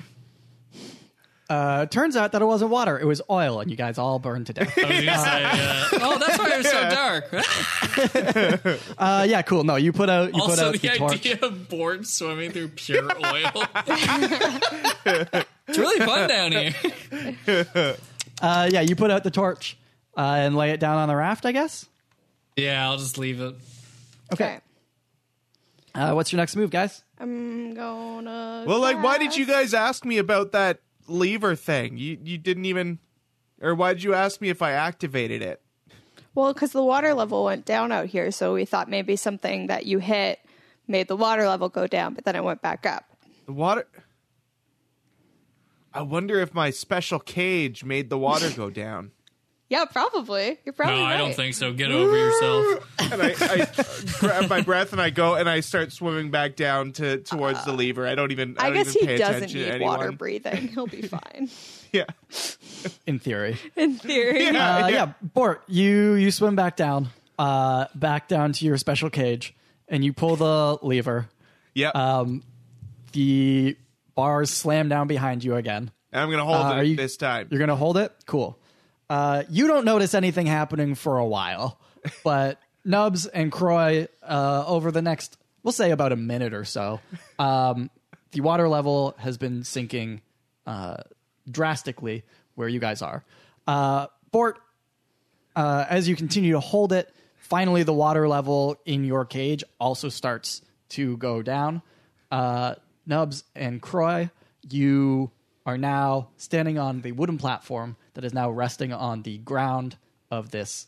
A: Uh, turns out that it wasn't water, it was oil, and you guys all burned to death.
D: I was gonna say, uh, oh, that's why it was so dark.
A: Uh, yeah, cool. No, you put out you put
D: also,
A: out
D: the,
A: the, torch.
D: idea of boards swimming through pure oil. it's really fun down here.
A: Uh, yeah, you put out the torch uh, and lay it down on the raft, I guess.
D: Yeah, I'll just leave it.
C: Okay.
A: Uh, what's your next move, guys?
C: I'm going to
B: Well, like why did you guys ask me about that lever thing? You you didn't even or why did you ask me if I activated it?
C: Well, because the water level went down out here, so we thought maybe something that you hit made the water level go down, but then it went back up.
B: The water I wonder if my special cage made the water go down.
C: Yeah, probably. You're probably.
D: No, I don't
C: right.
D: think so. Get over yourself.
B: And I, I grab my breath and I go and I start swimming back down to towards the lever. I don't even I,
C: Uh, I
B: don't
C: guess
B: even
C: he
B: pay
C: doesn't
B: attention to
C: need
B: anyone.
C: water breathing. He'll be fine
B: yeah.
A: In theory,
C: in theory.
A: uh, yeah, Bort, you you swim back down, uh, back down to your special cage, and you pull the lever.
B: Yeah.
A: Um, the bars slam down behind you again.
B: and I'm going to hold
A: Uh, are
B: it
A: you-
B: this time.
A: You're gonna hold it. Cool. Uh, you don't notice anything happening for a while, but Nubs and Croy uh, over the next, we'll say about a minute or so, um, the water level has been sinking uh, drastically where you guys are. Uh, Bort, uh, as you continue to hold it, finally the water level in your cage also starts to go down. Uh, Nubs and Croy, you are now standing on the wooden platform that is now resting on the ground of this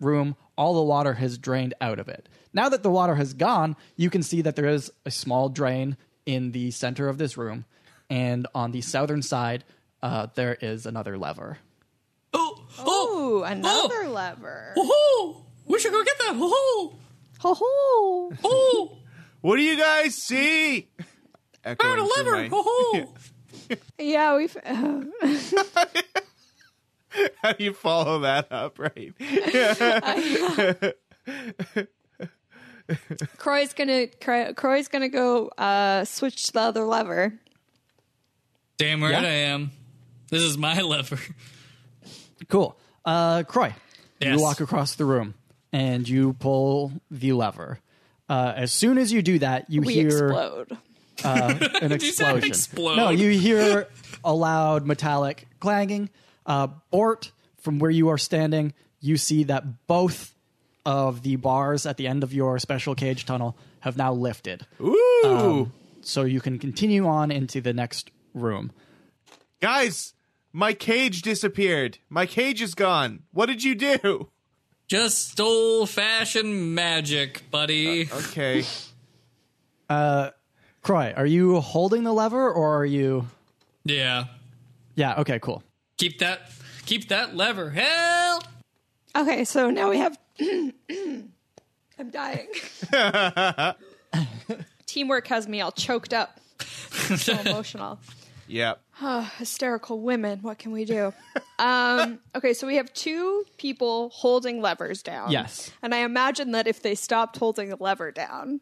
A: room. All the water has drained out of it. Now that the water has gone, you can see that there is a small drain in the center of this room, and on the southern side, uh, there is another lever.
D: Oh, oh,
C: Ooh, another lever.
D: oh, we should go get that. Oh,
C: Ho ho!
D: oh,
B: What do you guys see?
D: found
B: Echoing
D: a
B: through
D: lever.
B: my-
D: Oh,
C: Yeah, we've. Uh,
B: How do you follow that up, right?
C: Croy's gonna. Croy, Croy's gonna go uh, switch to the other lever.
D: damn right
A: Yeah.
D: I am. This is my lever.
A: Cool. Uh, Croy,
D: Yes.
A: you walk across the room and you pull the lever. Uh, as soon as you do that, you
C: We
A: hear
C: explode.
A: an
D: you say
A: explosion.
D: explode?
A: No, you hear a loud metallic clanging. Uh, Bort, from where you are standing, you see that both of the bars at the end of your special cage tunnel have now lifted.
B: Ooh,
A: Um, So you can continue on into the next room.
B: guys, my cage disappeared. My cage is gone. What did you do?
D: Just old fashioned magic, buddy.
B: Okay,
A: Croy, are you holding the lever or are you.
D: yeah.
A: Yeah. Okay. Cool.
D: Keep that keep that lever held.
C: Okay, so now we have. I'm dying. Teamwork has me all choked up. So emotional.
B: Yep.
C: Hysterical women. What can we do? Um, okay, so we have two people holding levers down.
A: Yes.
C: And I imagine that if they stopped holding the lever down,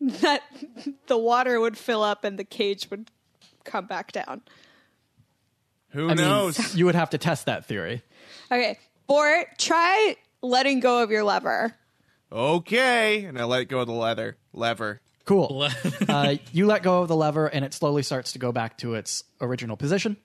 C: that the water would fill up and the cage would come back down.
B: Who
A: I mean,
B: knows?
A: you would have to test that theory.
C: Okay, Bort, try letting go of your lever.
B: okay. And I let go of the leather lever.
A: Cool. uh, you let go of the lever, and it slowly starts to go back to its original position.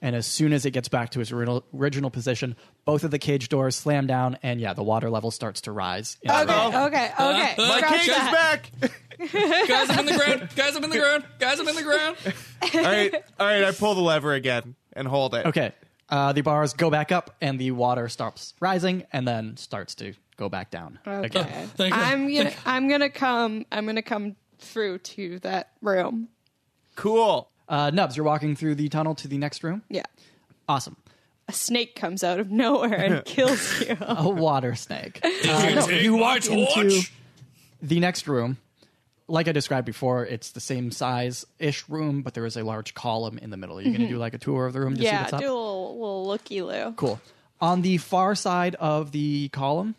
A: And as soon as it gets back to its original, original position, both of the cage doors slam down, and yeah, the water level starts to rise. in
C: Ah!
A: the room.
B: Uh-oh.
C: Okay, okay.
D: uh, My
B: My
C: scratch
B: cage is
C: that.
B: back.
D: Guys, I'm in the ground. Guys, I'm in the ground. Guys, I'm in the ground.
B: all right. All right. I pull the lever again and hold it.
A: Okay. Uh, the bars go back up, and the water stops rising, and then starts to go back down.
C: Ah. Okay.
D: Thank you.
C: I'm gonna I'm gonna come I'm gonna come through to that room.
B: Cool.
A: Uh, Nubs, you're walking through the tunnel to the next room.
C: Yeah.
A: Awesome.
C: A snake comes out of nowhere and kills you.
A: A water snake.
D: you take my torch?
A: the next room. Like I described before, it's the same size ish room, but there is a large column in the middle. You're going to do like a tour of the room to see
C: Mm-hmm. yeah,
A: what's
C: do a
A: up?
C: little, little looky loo.
A: Cool. On the far side of the column,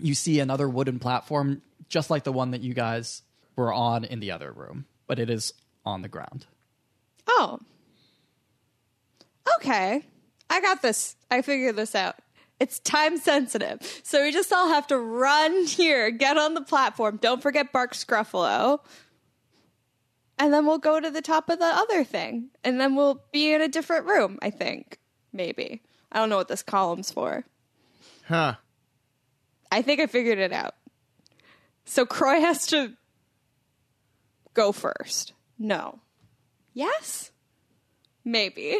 A: you see another wooden platform, just like the one that you guys were on in the other room, but it is on the ground.
C: Oh. Okay. I got this. I figured this out. It's time sensitive. So we just all have to run here, get on the platform. Don't forget Bark Scruffalo. And then we'll go to the top of the other thing. And then we'll be in a different room, I think. Maybe. I don't know what this column's for.
B: Huh.
C: I think I figured it out. So Croy has to go first. No. Yes? Maybe.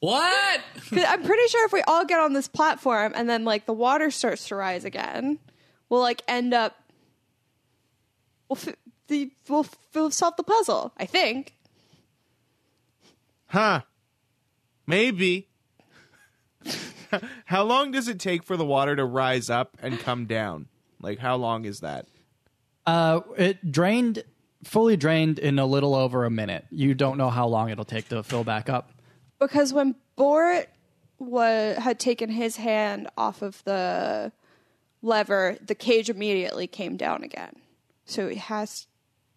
D: What?
C: 'Cause I'm pretty sure if we all get on this platform and then like the water starts to rise again, we'll like end up. We'll, f- the, we'll, f- we'll solve the puzzle, I think.
B: Huh. Maybe. how long does it take for the water to rise up and come down? Like, how long is that?
A: Uh, it drained, fully drained in a little over a minute. You don't know how long it'll take to fill back up.
C: Because when Borat wa had taken his hand off of the lever, the cage immediately came down again. So it has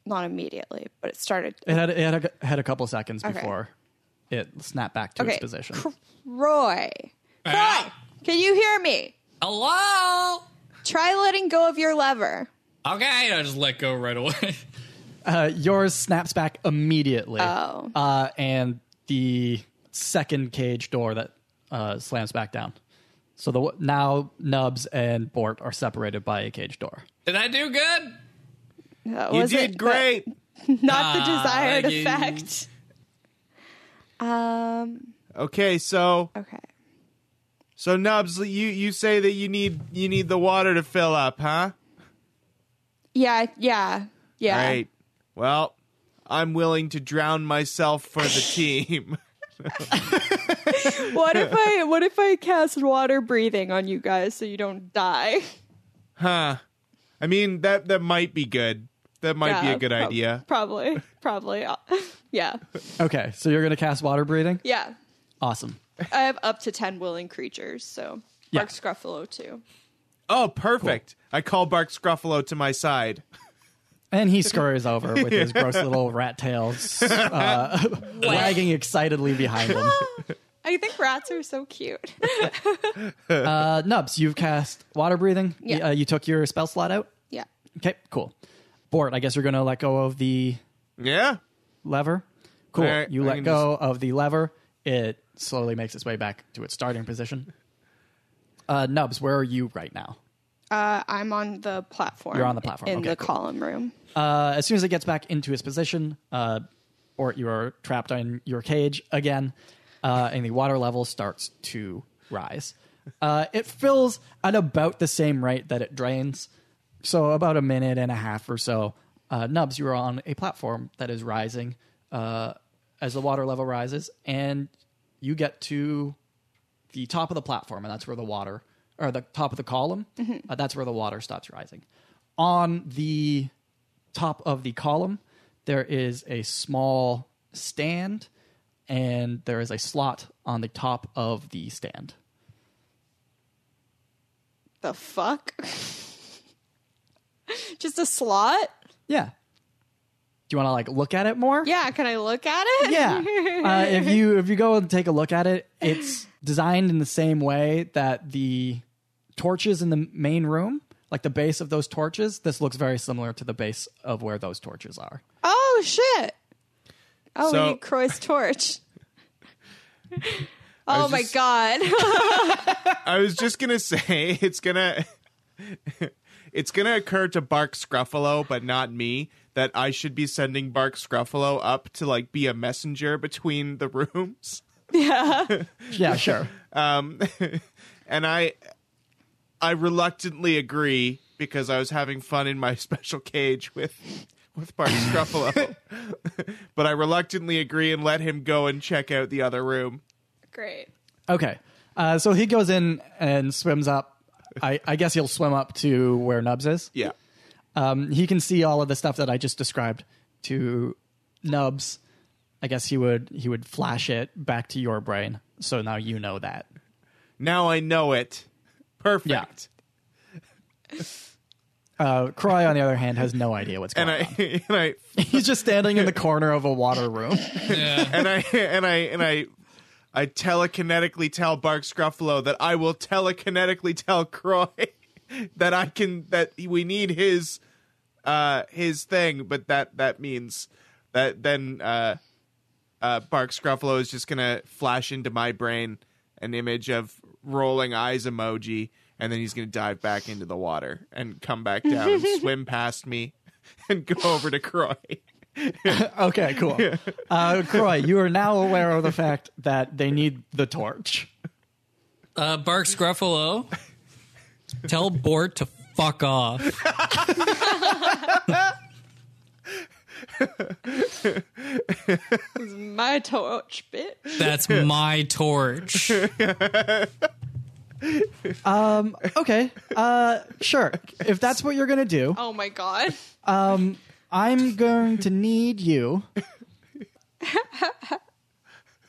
C: not immediately, but it started.
A: It had it had a, had a couple seconds
C: Okay.
A: before it snapped back to
C: Okay.
A: its position.
C: Roy,
B: Ah.
C: Roy, can you hear me?
D: Hello.
C: Try letting go of your lever.
D: Okay, I just let go right away.
A: Uh, yours snaps back immediately.
C: Oh.
A: Uh, and the second cage door that uh, slams back down. So the w- now Nubs and Bort are separated by a cage door.
D: Did I do good?
C: That
B: You
C: wasn't
B: did great.
C: the- not the
D: Ah,
C: desired
D: you-
C: effect. Um.
B: Okay, so
C: Okay.
B: so Nubs, you you say that you need you need the water to fill up, huh?
C: Yeah. Yeah. Yeah.
B: Right. Well, I'm willing to drown myself for the team.
C: What if I? What if I cast water breathing on you guys so you don't die?
B: huh. I mean, that that might be good. That might be
C: Yeah,
B: a good
C: prob-
B: idea.
C: Probably, probably. Uh, Yeah,
A: Okay, so you're gonna cast water breathing.
C: yeah.
A: Awesome.
C: I have up to ten willing creatures, so
A: Yeah.
C: Mark Scruffalo too.
B: Oh, perfect. I call Bark Scruffalo to my side.
A: And he scurries over with his gross little rat tails uh, wagging excitedly behind him.
C: I think rats are so cute.
A: Uh, Nubs, you've cast water breathing.
C: Yeah.
A: Uh, you took your spell slot out.
C: yeah,
A: Okay, cool. Bort, I guess you're going to let go of the
B: Yeah.
A: lever. Cool.
B: All right,
A: you
B: I
A: let
B: can
A: go of the lever. It slowly makes its way back to its starting position. Uh, Nubs, where are you right now?
C: uh, I'm on the platform.
A: You're on the platform.
C: in
A: Okay,
C: the
A: cool.
C: column room.
A: Uh, as soon as it gets back into its position, uh, Bort, you are trapped in your cage again, uh, and the water level starts to rise. Uh, it fills at about the same rate that it drains, so about a minute and a half or so. Uh, Nubs, you are on a platform that is rising uh, as the water level rises, and you get to the top of the platform, and that's where the water, or the top of the column, uh, that's where the water stops rising. On the top of the column, there is a small stand, and there is a slot on the top of the stand.
C: The fuck? Just a slot?
A: Yeah. Do you want to like look at it more?
C: Yeah, can I look at it?
A: Yeah. Uh, if you if you go and take a look at it, it's designed in the same way that the torches in the main room, like the base of those torches, this looks very similar to the base of where those torches are.
C: Oh shit. Oh,
B: So-
C: we need Croy's torch. oh
B: was
C: my
B: just-
C: god.
B: I was just gonna say it's gonna it's gonna occur to Bark Scruffalo, but not me, that I should be sending Bark Scruffalo up to like be a messenger between the rooms.
A: Yeah, sure.
B: Um, and I I reluctantly agree because I was having fun in my special cage with with Bark Scruffalo, but I reluctantly agree and let him go and check out the other room.
C: Great.
A: Okay. Uh, so he goes in and swims up. I, I guess he'll swim up to where Nubs is.
B: Yeah.
A: Um, he can see all of the stuff that I just described to Nubs. I guess he would he would flash it back to your brain, so now you know that.
B: Now I know it. Perfect.
A: Uh, Croy, on the other hand, has no idea what's going
B: And I
A: on.
B: and I
A: He's just standing in the corner of a water room.
D: Yeah.
B: and I and I and I I telekinetically tell Bark Scruffalo that I will telekinetically tell Croy that I can that we need his uh his thing, but that that means that then uh uh Bark Scruffalo is just gonna flash into my brain an image of rolling eyes emoji and then he's gonna dive back into the water and come back down and swim past me and go over to Croy.
A: okay, cool. Uh, Croy, you are now aware of the fact that they need the torch.
D: Uh, Bark Scruffalo, tell Bort to fuck off.
C: It's my torch, bitch.
D: That's my torch. Oh,
A: Okay, uh, sure. If that's what you're gonna do,
C: Oh my god.
A: I'm going to need you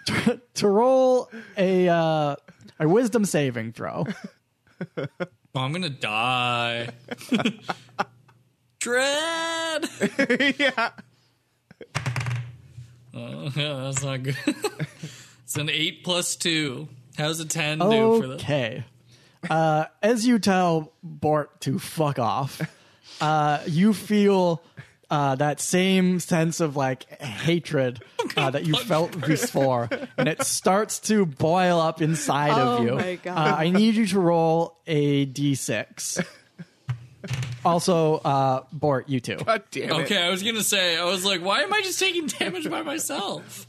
A: to, to roll a uh, a wisdom saving throw.
D: Oh, I'm gonna die. Dread.
B: yeah.
D: Oh, yeah, that's not good. it's an eight plus two. How's a ten do for that?
A: Okay. Uh, as you tell Bort to fuck off, uh, you feel uh, that same sense of like hatred
D: Oh
A: uh, that you felt before, and it starts to boil up inside
C: Oh
A: of you.
C: my God.
A: Uh, I need you to roll a d6. Also, uh, Bort, you too.
B: God damn it.
D: Okay, I was gonna say, I was like, why am I just taking damage by myself?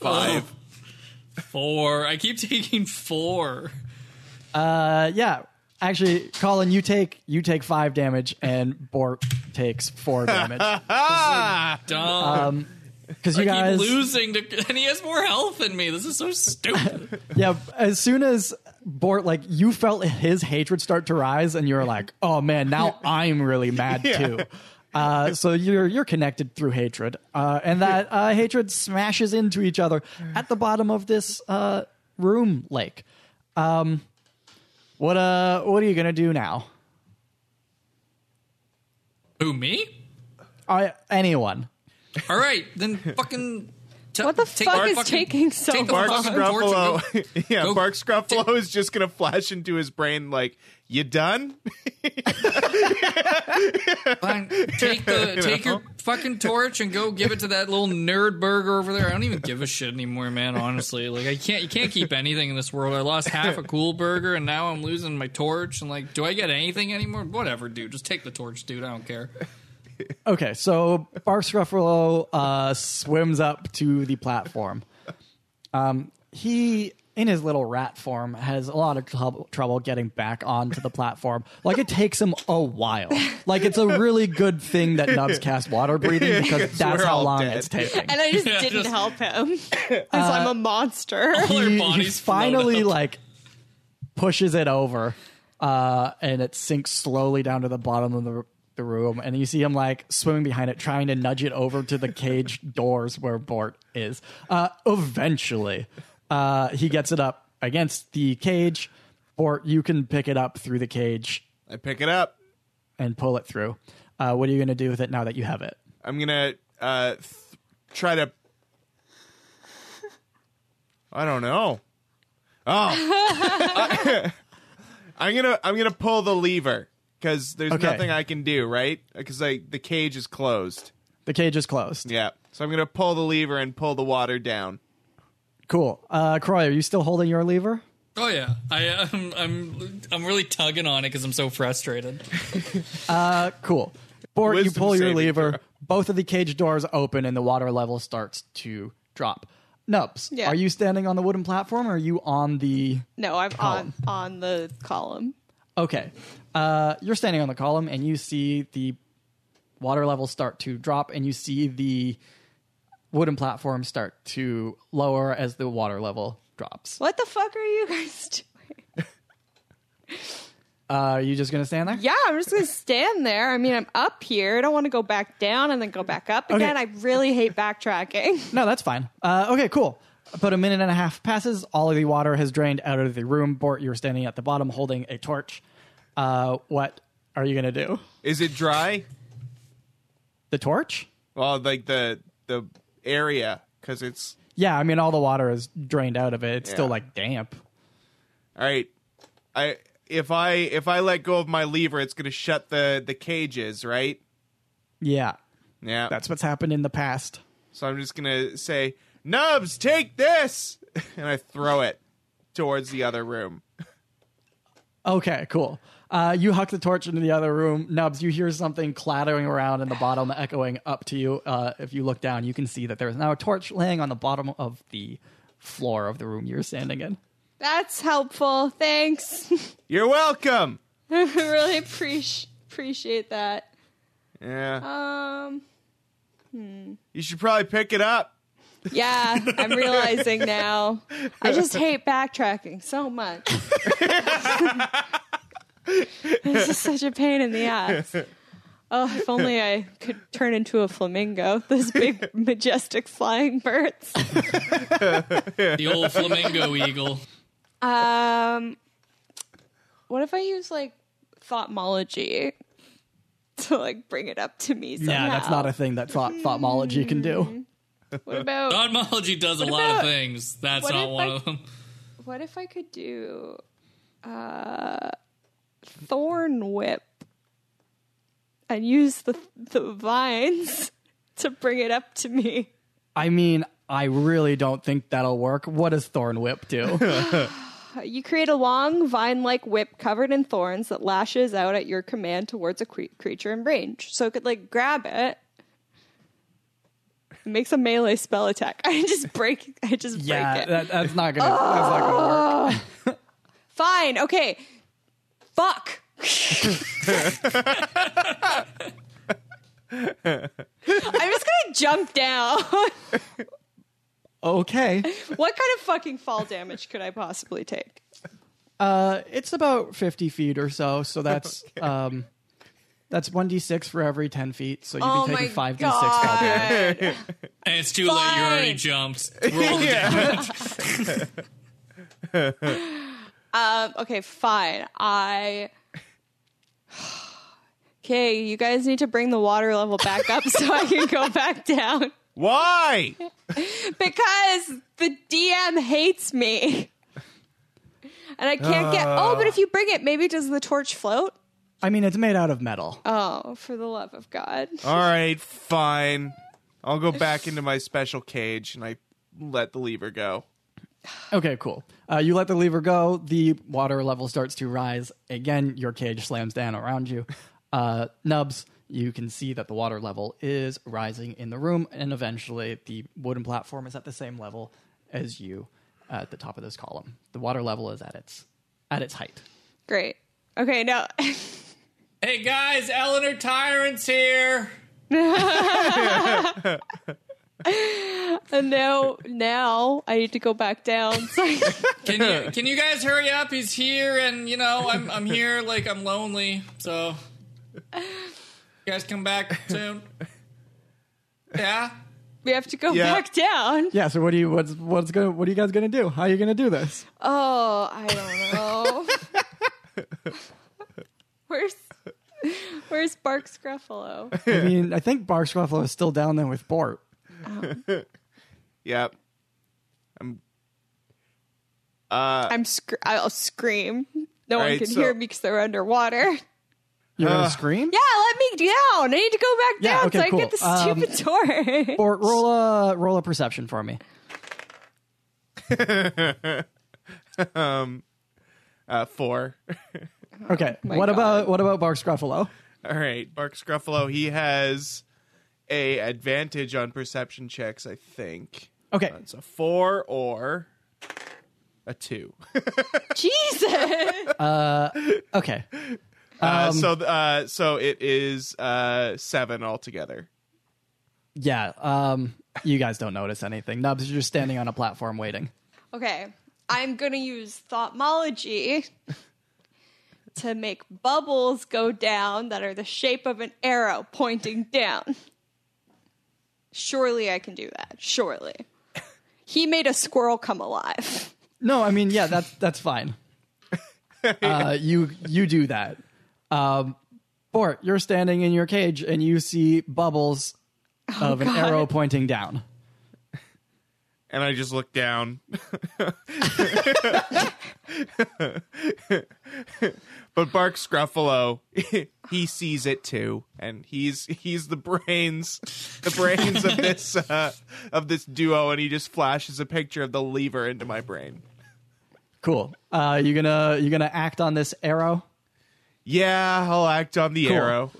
B: Five.
D: Oh. Four. I keep taking four.
A: Uh, yeah, actually, Colin, you take you take five damage, and Bort takes four damage
C: Uh,
D: Dumb.
A: because you
D: I
A: guys
D: keep losing to, and he has more health than me. This is so stupid.
A: Yeah, as soon as Bort, like, you felt his hatred start to rise, and you're like, oh man, now I'm really mad too. Uh, so you're you're connected through hatred, uh, and that uh, hatred smashes into each other at the bottom of this uh, room lake. Um, what uh, what are you gonna do now?
D: Who me?
A: Uh, anyone?
D: All right, then fucking. T-
C: What the
D: take
C: fuck
D: our
C: is
D: fucking-
C: taking so
D: take the
C: long?
B: Bark
D: fucking torch and go-
B: Scruffalo. yeah,
D: go-
B: Bark Scruffalo is just gonna flash into his brain like, "You done?"
D: Fine. Take the take your fucking torch and go give it to that little nerd burger over there. I don't even give a shit anymore, man. Honestly, like I can't you can't keep anything in this world. I lost half a cool burger and now I'm losing my torch. And like, do I get anything anymore? Whatever, dude. Just take the torch, dude. I don't care.
A: Okay, so Bark Scruffalo uh, swims up to the platform. Um, he in his little rat form, has a lot of troub- trouble getting back onto the platform. Like it takes him a while. Like it's a really good thing that Nubs cast water breathing because that's
B: we're
A: how
B: all
A: long
B: dead.
A: it's taking.
C: And I just
D: Yeah,
C: didn't
D: just-
C: help him because I'm a monster.
D: all
A: He-
D: their
A: he
D: bodies float
A: finally
D: up.
A: like pushes it over uh, and it sinks slowly down to the bottom of the, the room and you see him like swimming behind it trying to nudge it over to the cage doors where bort is uh, eventually uh, he gets it up against the cage or you can pick it up through the cage
B: I pick it up.
A: and pull it through uh, what are you going to do with it now that you have it
B: I'm gonna uh, th- try to. I don't know. Oh, I'm gonna I'm gonna pull the lever because there's
A: Okay.
B: nothing I can do, right? Because like the cage is closed.
A: the cage is closed
B: Yeah, so I'm gonna pull the lever and pull the water down.
A: cool uh, croy are you still holding your lever
D: Oh yeah, I, I'm I'm I'm really tugging on it because I'm so frustrated.
A: Cool. Or you
B: Wisdom
A: pull your
B: saving
A: lever, both of the cage doors open, and the water level starts to drop. Nubs,
C: Yeah.
A: are you standing on the wooden platform or are you on the.
C: no, I'm
A: Column.
C: on on the column.
A: Okay. Uh, you're standing on the column and you see the water level start to drop and you see the wooden platform start to lower as the water level drops.
C: What the fuck are you guys doing?
A: Uh, are you just going to stand there?
C: Yeah, I'm just gonna stand there. I mean, I'm up here. I don't want to go back down and then go back up again. I really hate backtracking.
A: No, that's fine. Uh, okay, cool. About a minute and a half passes. All of the water has drained out of the room. Bort, you're standing at the bottom holding a torch. Uh, what are you going to do?
B: Is it dry?
A: The torch?
B: Well, like the the area because it's
A: Yeah, I mean, all the water is drained out of it. It's still
B: Yeah.
A: like damp.
B: all right. I if I if I let go of my lever, it's gonna shut the the cages, right?
A: Yeah,
B: Yeah,
A: that's what's happened in the past.
B: So I'm just gonna say, Nubs, take this, and I throw it towards the other room.
A: Okay, cool. Uh, you huck the torch into the other room. Nubs, you hear something clattering around in the bottom, echoing up to you. Uh, if you look down, you can see that there is now a torch laying on the bottom of the floor of the room you're standing in.
C: That's helpful. Thanks.
B: You're welcome.
C: I really appreciate appreciate that.
B: Yeah,
C: Um.
B: you should probably pick it up.
C: Yeah, I'm realizing now. I just hate backtracking so much. this is such a pain in the ass. Oh, if only I could turn into a flamingo, those big, majestic flying birds.
D: The old flamingo eagle.
C: Um, what if I use like thoughtmology to like bring it up to me somehow?
A: Yeah, that's not a thing that thought thoughtmology can do.
C: What about
D: Cosmology does a lot
C: about-
D: of things. That's
C: what
D: not
C: if I-
D: one of them.
C: What if I could do uh, thorn whip and use the the vines to bring it up to me?
A: I mean, I really don't think that'll work. What does Thorn Whip do?
C: Uh, You create a long vine-like whip covered in thorns that lashes out at your command towards a cre- creature in range, so it could like grab it. It makes a melee spell attack. I just break. I just break
A: yeah,
C: it.
A: that, that's not gonna that's not gonna work.
C: Fine. Okay. Fuck. I'm just gonna jump down.
A: Okay,
C: what kind of fucking fall damage could I possibly take?
A: uh, it's about fifty feet or so, so that's um, that's one d six for every ten feet. So you'd
C: Oh
A: be taking five d six fall damage.
D: And it's too late. You already
C: Fine.
D: jumped. Roll the
C: Um, okay, fine. I. Okay, you guys need to bring the water level back up so I can go back down
B: Why?
C: because the DM hates me. And I can't get.
B: Uh.
C: Oh, but if you bring it, maybe does the torch float?
A: I mean, it's made out of metal.
C: Oh, for the love of God.
B: All right, fine. I'll go back into my special cage and I let the lever go.
A: Okay, cool. Uh, you let the lever go. The water level starts to rise again. Your cage slams down around you. Uh, nubs, you can see that the water level is rising in the room, and eventually the wooden platform is at the same level as you. uh, at the top of this column. The water level is at its at its height.
C: Great. Okay, now
D: Hey guys, Eleanor Tyrant's here.
C: and now now I need to go back down.
D: Can you can you guys hurry up? He's here, and you know I'm I'm here. Like I'm lonely, so you guys come back soon. Yeah.
C: we have to go
B: Yeah.
C: back down.
A: Yeah. So what do you what's what's going what are you guys gonna do? How are you gonna do this?
C: Oh, I don't know. where's Where's Bark Scruffalo?
A: I mean, I think Bark Scruffalo is still down there with Bort.
B: Yep.
C: I'm sc- I'll scream. No one
B: Alright,
C: can
B: so-
C: hear me because they're underwater. Yeah,
A: You're gonna
B: Ugh.
A: scream?
C: let me down. I need to go back
A: Yeah,
C: down
A: okay,
C: so I
A: cool. Um,
C: get the stupid door.
A: Bort, roll a roll a perception for me.
B: Uh, four.
A: Okay.
C: Oh my
A: what
C: God.
A: about what about Bark Scruffalo?
B: All right, Bark Scruffalo. He has a advantage on perception checks. I think
A: Okay.
B: it's a four or a two.
C: Jesus.
A: Okay.
B: Uh, so, th- uh, so it is uh, seven altogether.
A: Yeah. Um. You guys don't notice anything. Nubs, you're just standing on a platform waiting.
C: Okay. I'm going to use thoughtmology to make bubbles go down that are the shape of an arrow pointing down. Surely I can do that. Surely. He made a squirrel come alive.
A: No, I mean, yeah, that's that's fine. uh, you you do that. Um, Bort, you're standing in your cage and you see bubbles of an arrow pointing down.
B: And I just look down. but Bark Scruffalo, he sees it too, and he's he's the brains, the brains of this uh, of this duo, and he just flashes a picture of the lever into my brain.
A: Cool. Uh, you gonna you gonna act on this arrow?
B: Yeah, I'll act on the arrow.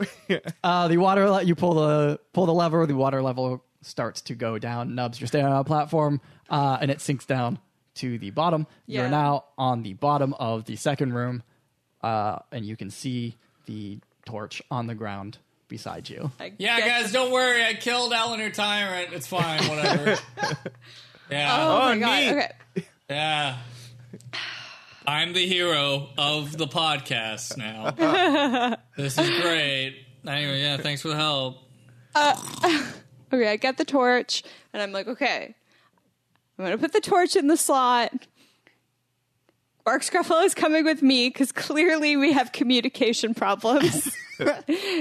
A: Uh, the water le- you pull the pull the lever. The water level starts to go down. Nubs, you're standing on a platform, uh, and it sinks down to the bottom. You're
C: Yeah.
A: now on the bottom of the second room, uh, and you can see the torch on the ground beside you.
C: I
D: Yeah,
C: guess-
D: guys, don't worry. I killed Eleanor Tyrant. It's fine. Whatever. yeah.
C: Oh,
B: Oh,
C: my god.
B: neat.
C: Okay.
D: Yeah. I'm the hero of the podcast now. this is great. Anyway, yeah, thanks for the help.
C: Okay, I got the torch and I'm like, okay. I'm going to put the torch in the slot. Bark Scruffalo is coming with me because clearly we have communication problems.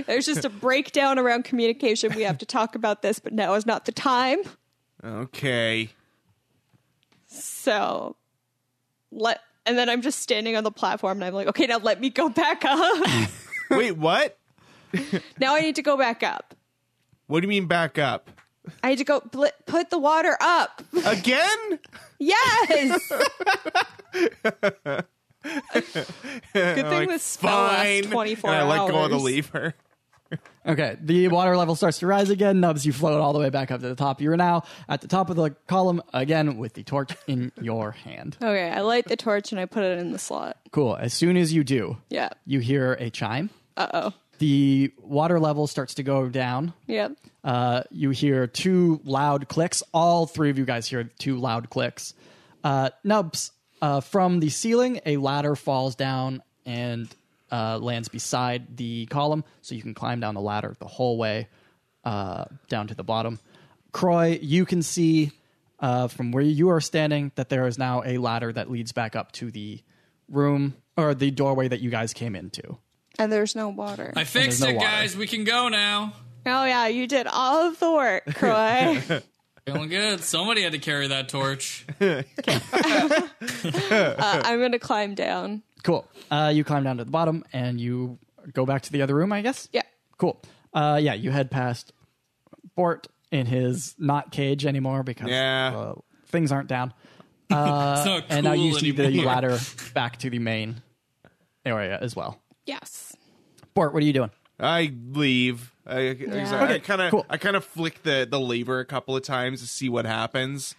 C: There's just a breakdown around communication. We have to talk about this, but now is not the time.
B: okay.
C: So let and then I'm just standing on the platform and I'm like, okay, now let me go back up.
B: Wait, what?
C: now I need to go back up.
B: What do you mean back up?
C: I need to go bl- put the water up.
B: Again?
C: Yes. Good thing this spell
B: Fine.
C: lasts 24
B: and I let
C: hours.
B: go of the lever.
A: Okay, the water level starts to rise again. Nubs, you float all the way back up to the top. You're now at the top of the column again with the torch in your hand.
C: Okay, I light the torch and I put it in the slot.
A: Cool. As soon as you do,
C: Yeah.
A: you hear a chime.
C: Uh oh.
A: The water level starts to go down.
C: Yep.
A: Uh, you hear two loud clicks. All three of you guys hear two loud clicks. Uh, Nubs, uh, from the ceiling, a ladder falls down and uh, lands beside the column, so you can climb down the ladder the whole way uh, down to the bottom. Croy, you can see uh, from where you are standing that there is now a ladder that leads back up to the room or the doorway that you guys came into.
C: And there's no water.
D: I fixed
A: no
D: it,
A: water.
D: guys. We can go now.
C: oh yeah, you did all of the work, Croy.
D: Feeling good. Somebody had to carry that torch.
C: uh, I'm gonna climb down.
A: Cool. Uh, you climb down to the bottom and you go back to the other room, I guess?
C: Yeah.
A: Cool. Uh, yeah, you head past Bort in his not cage anymore because
B: Yeah.
A: uh, things aren't down.
D: it's not cool
A: Uh, and now you see the
D: anymore.
A: ladder back to the main area as well.
C: Yes.
A: Bort, what are you doing?
B: I leave. I, I
C: Okay,
B: kind of
A: cool.
B: I kind of flick the the lever a couple of times to see what happens,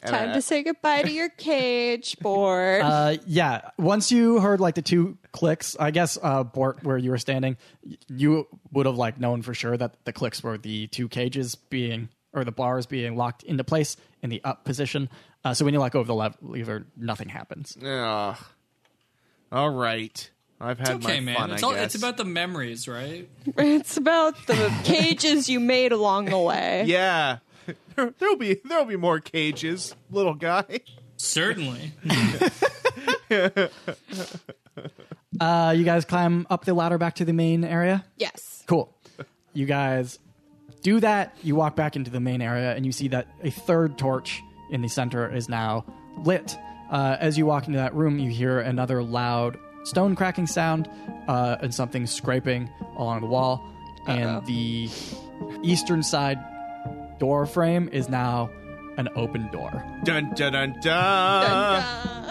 B: And
C: Time
B: I-
C: to say goodbye to your cage, Bort.
A: Uh, yeah. Once you heard like the two clicks, I guess uh, Bort, where you were standing, y- you would have like known for sure that the clicks were the two cages being or the bars being locked into place in the up position. Uh, so when you let go of the lev- lever, nothing happens.
B: Ugh. all right. I've had my
D: okay, man.
B: fun.
D: it's
B: I
D: all
B: guess.
D: it's about the memories, right?
C: it's about the cages you made along the way.
B: yeah. There, there'll be there'll be more cages, little guy.
D: Certainly.
A: Uh, you guys climb up the ladder back to the main area.
C: Yes.
A: Cool. You guys do that. You walk back into the main area, and you see that a third torch in the center is now lit. Uh, as you walk into that room, you hear another loud stone cracking sound uh, and something scraping along the wall.
C: Uh-oh.
A: And the eastern side door frame is now an open door.
B: Dun dun dun dun. Uh,
C: Dun, dun.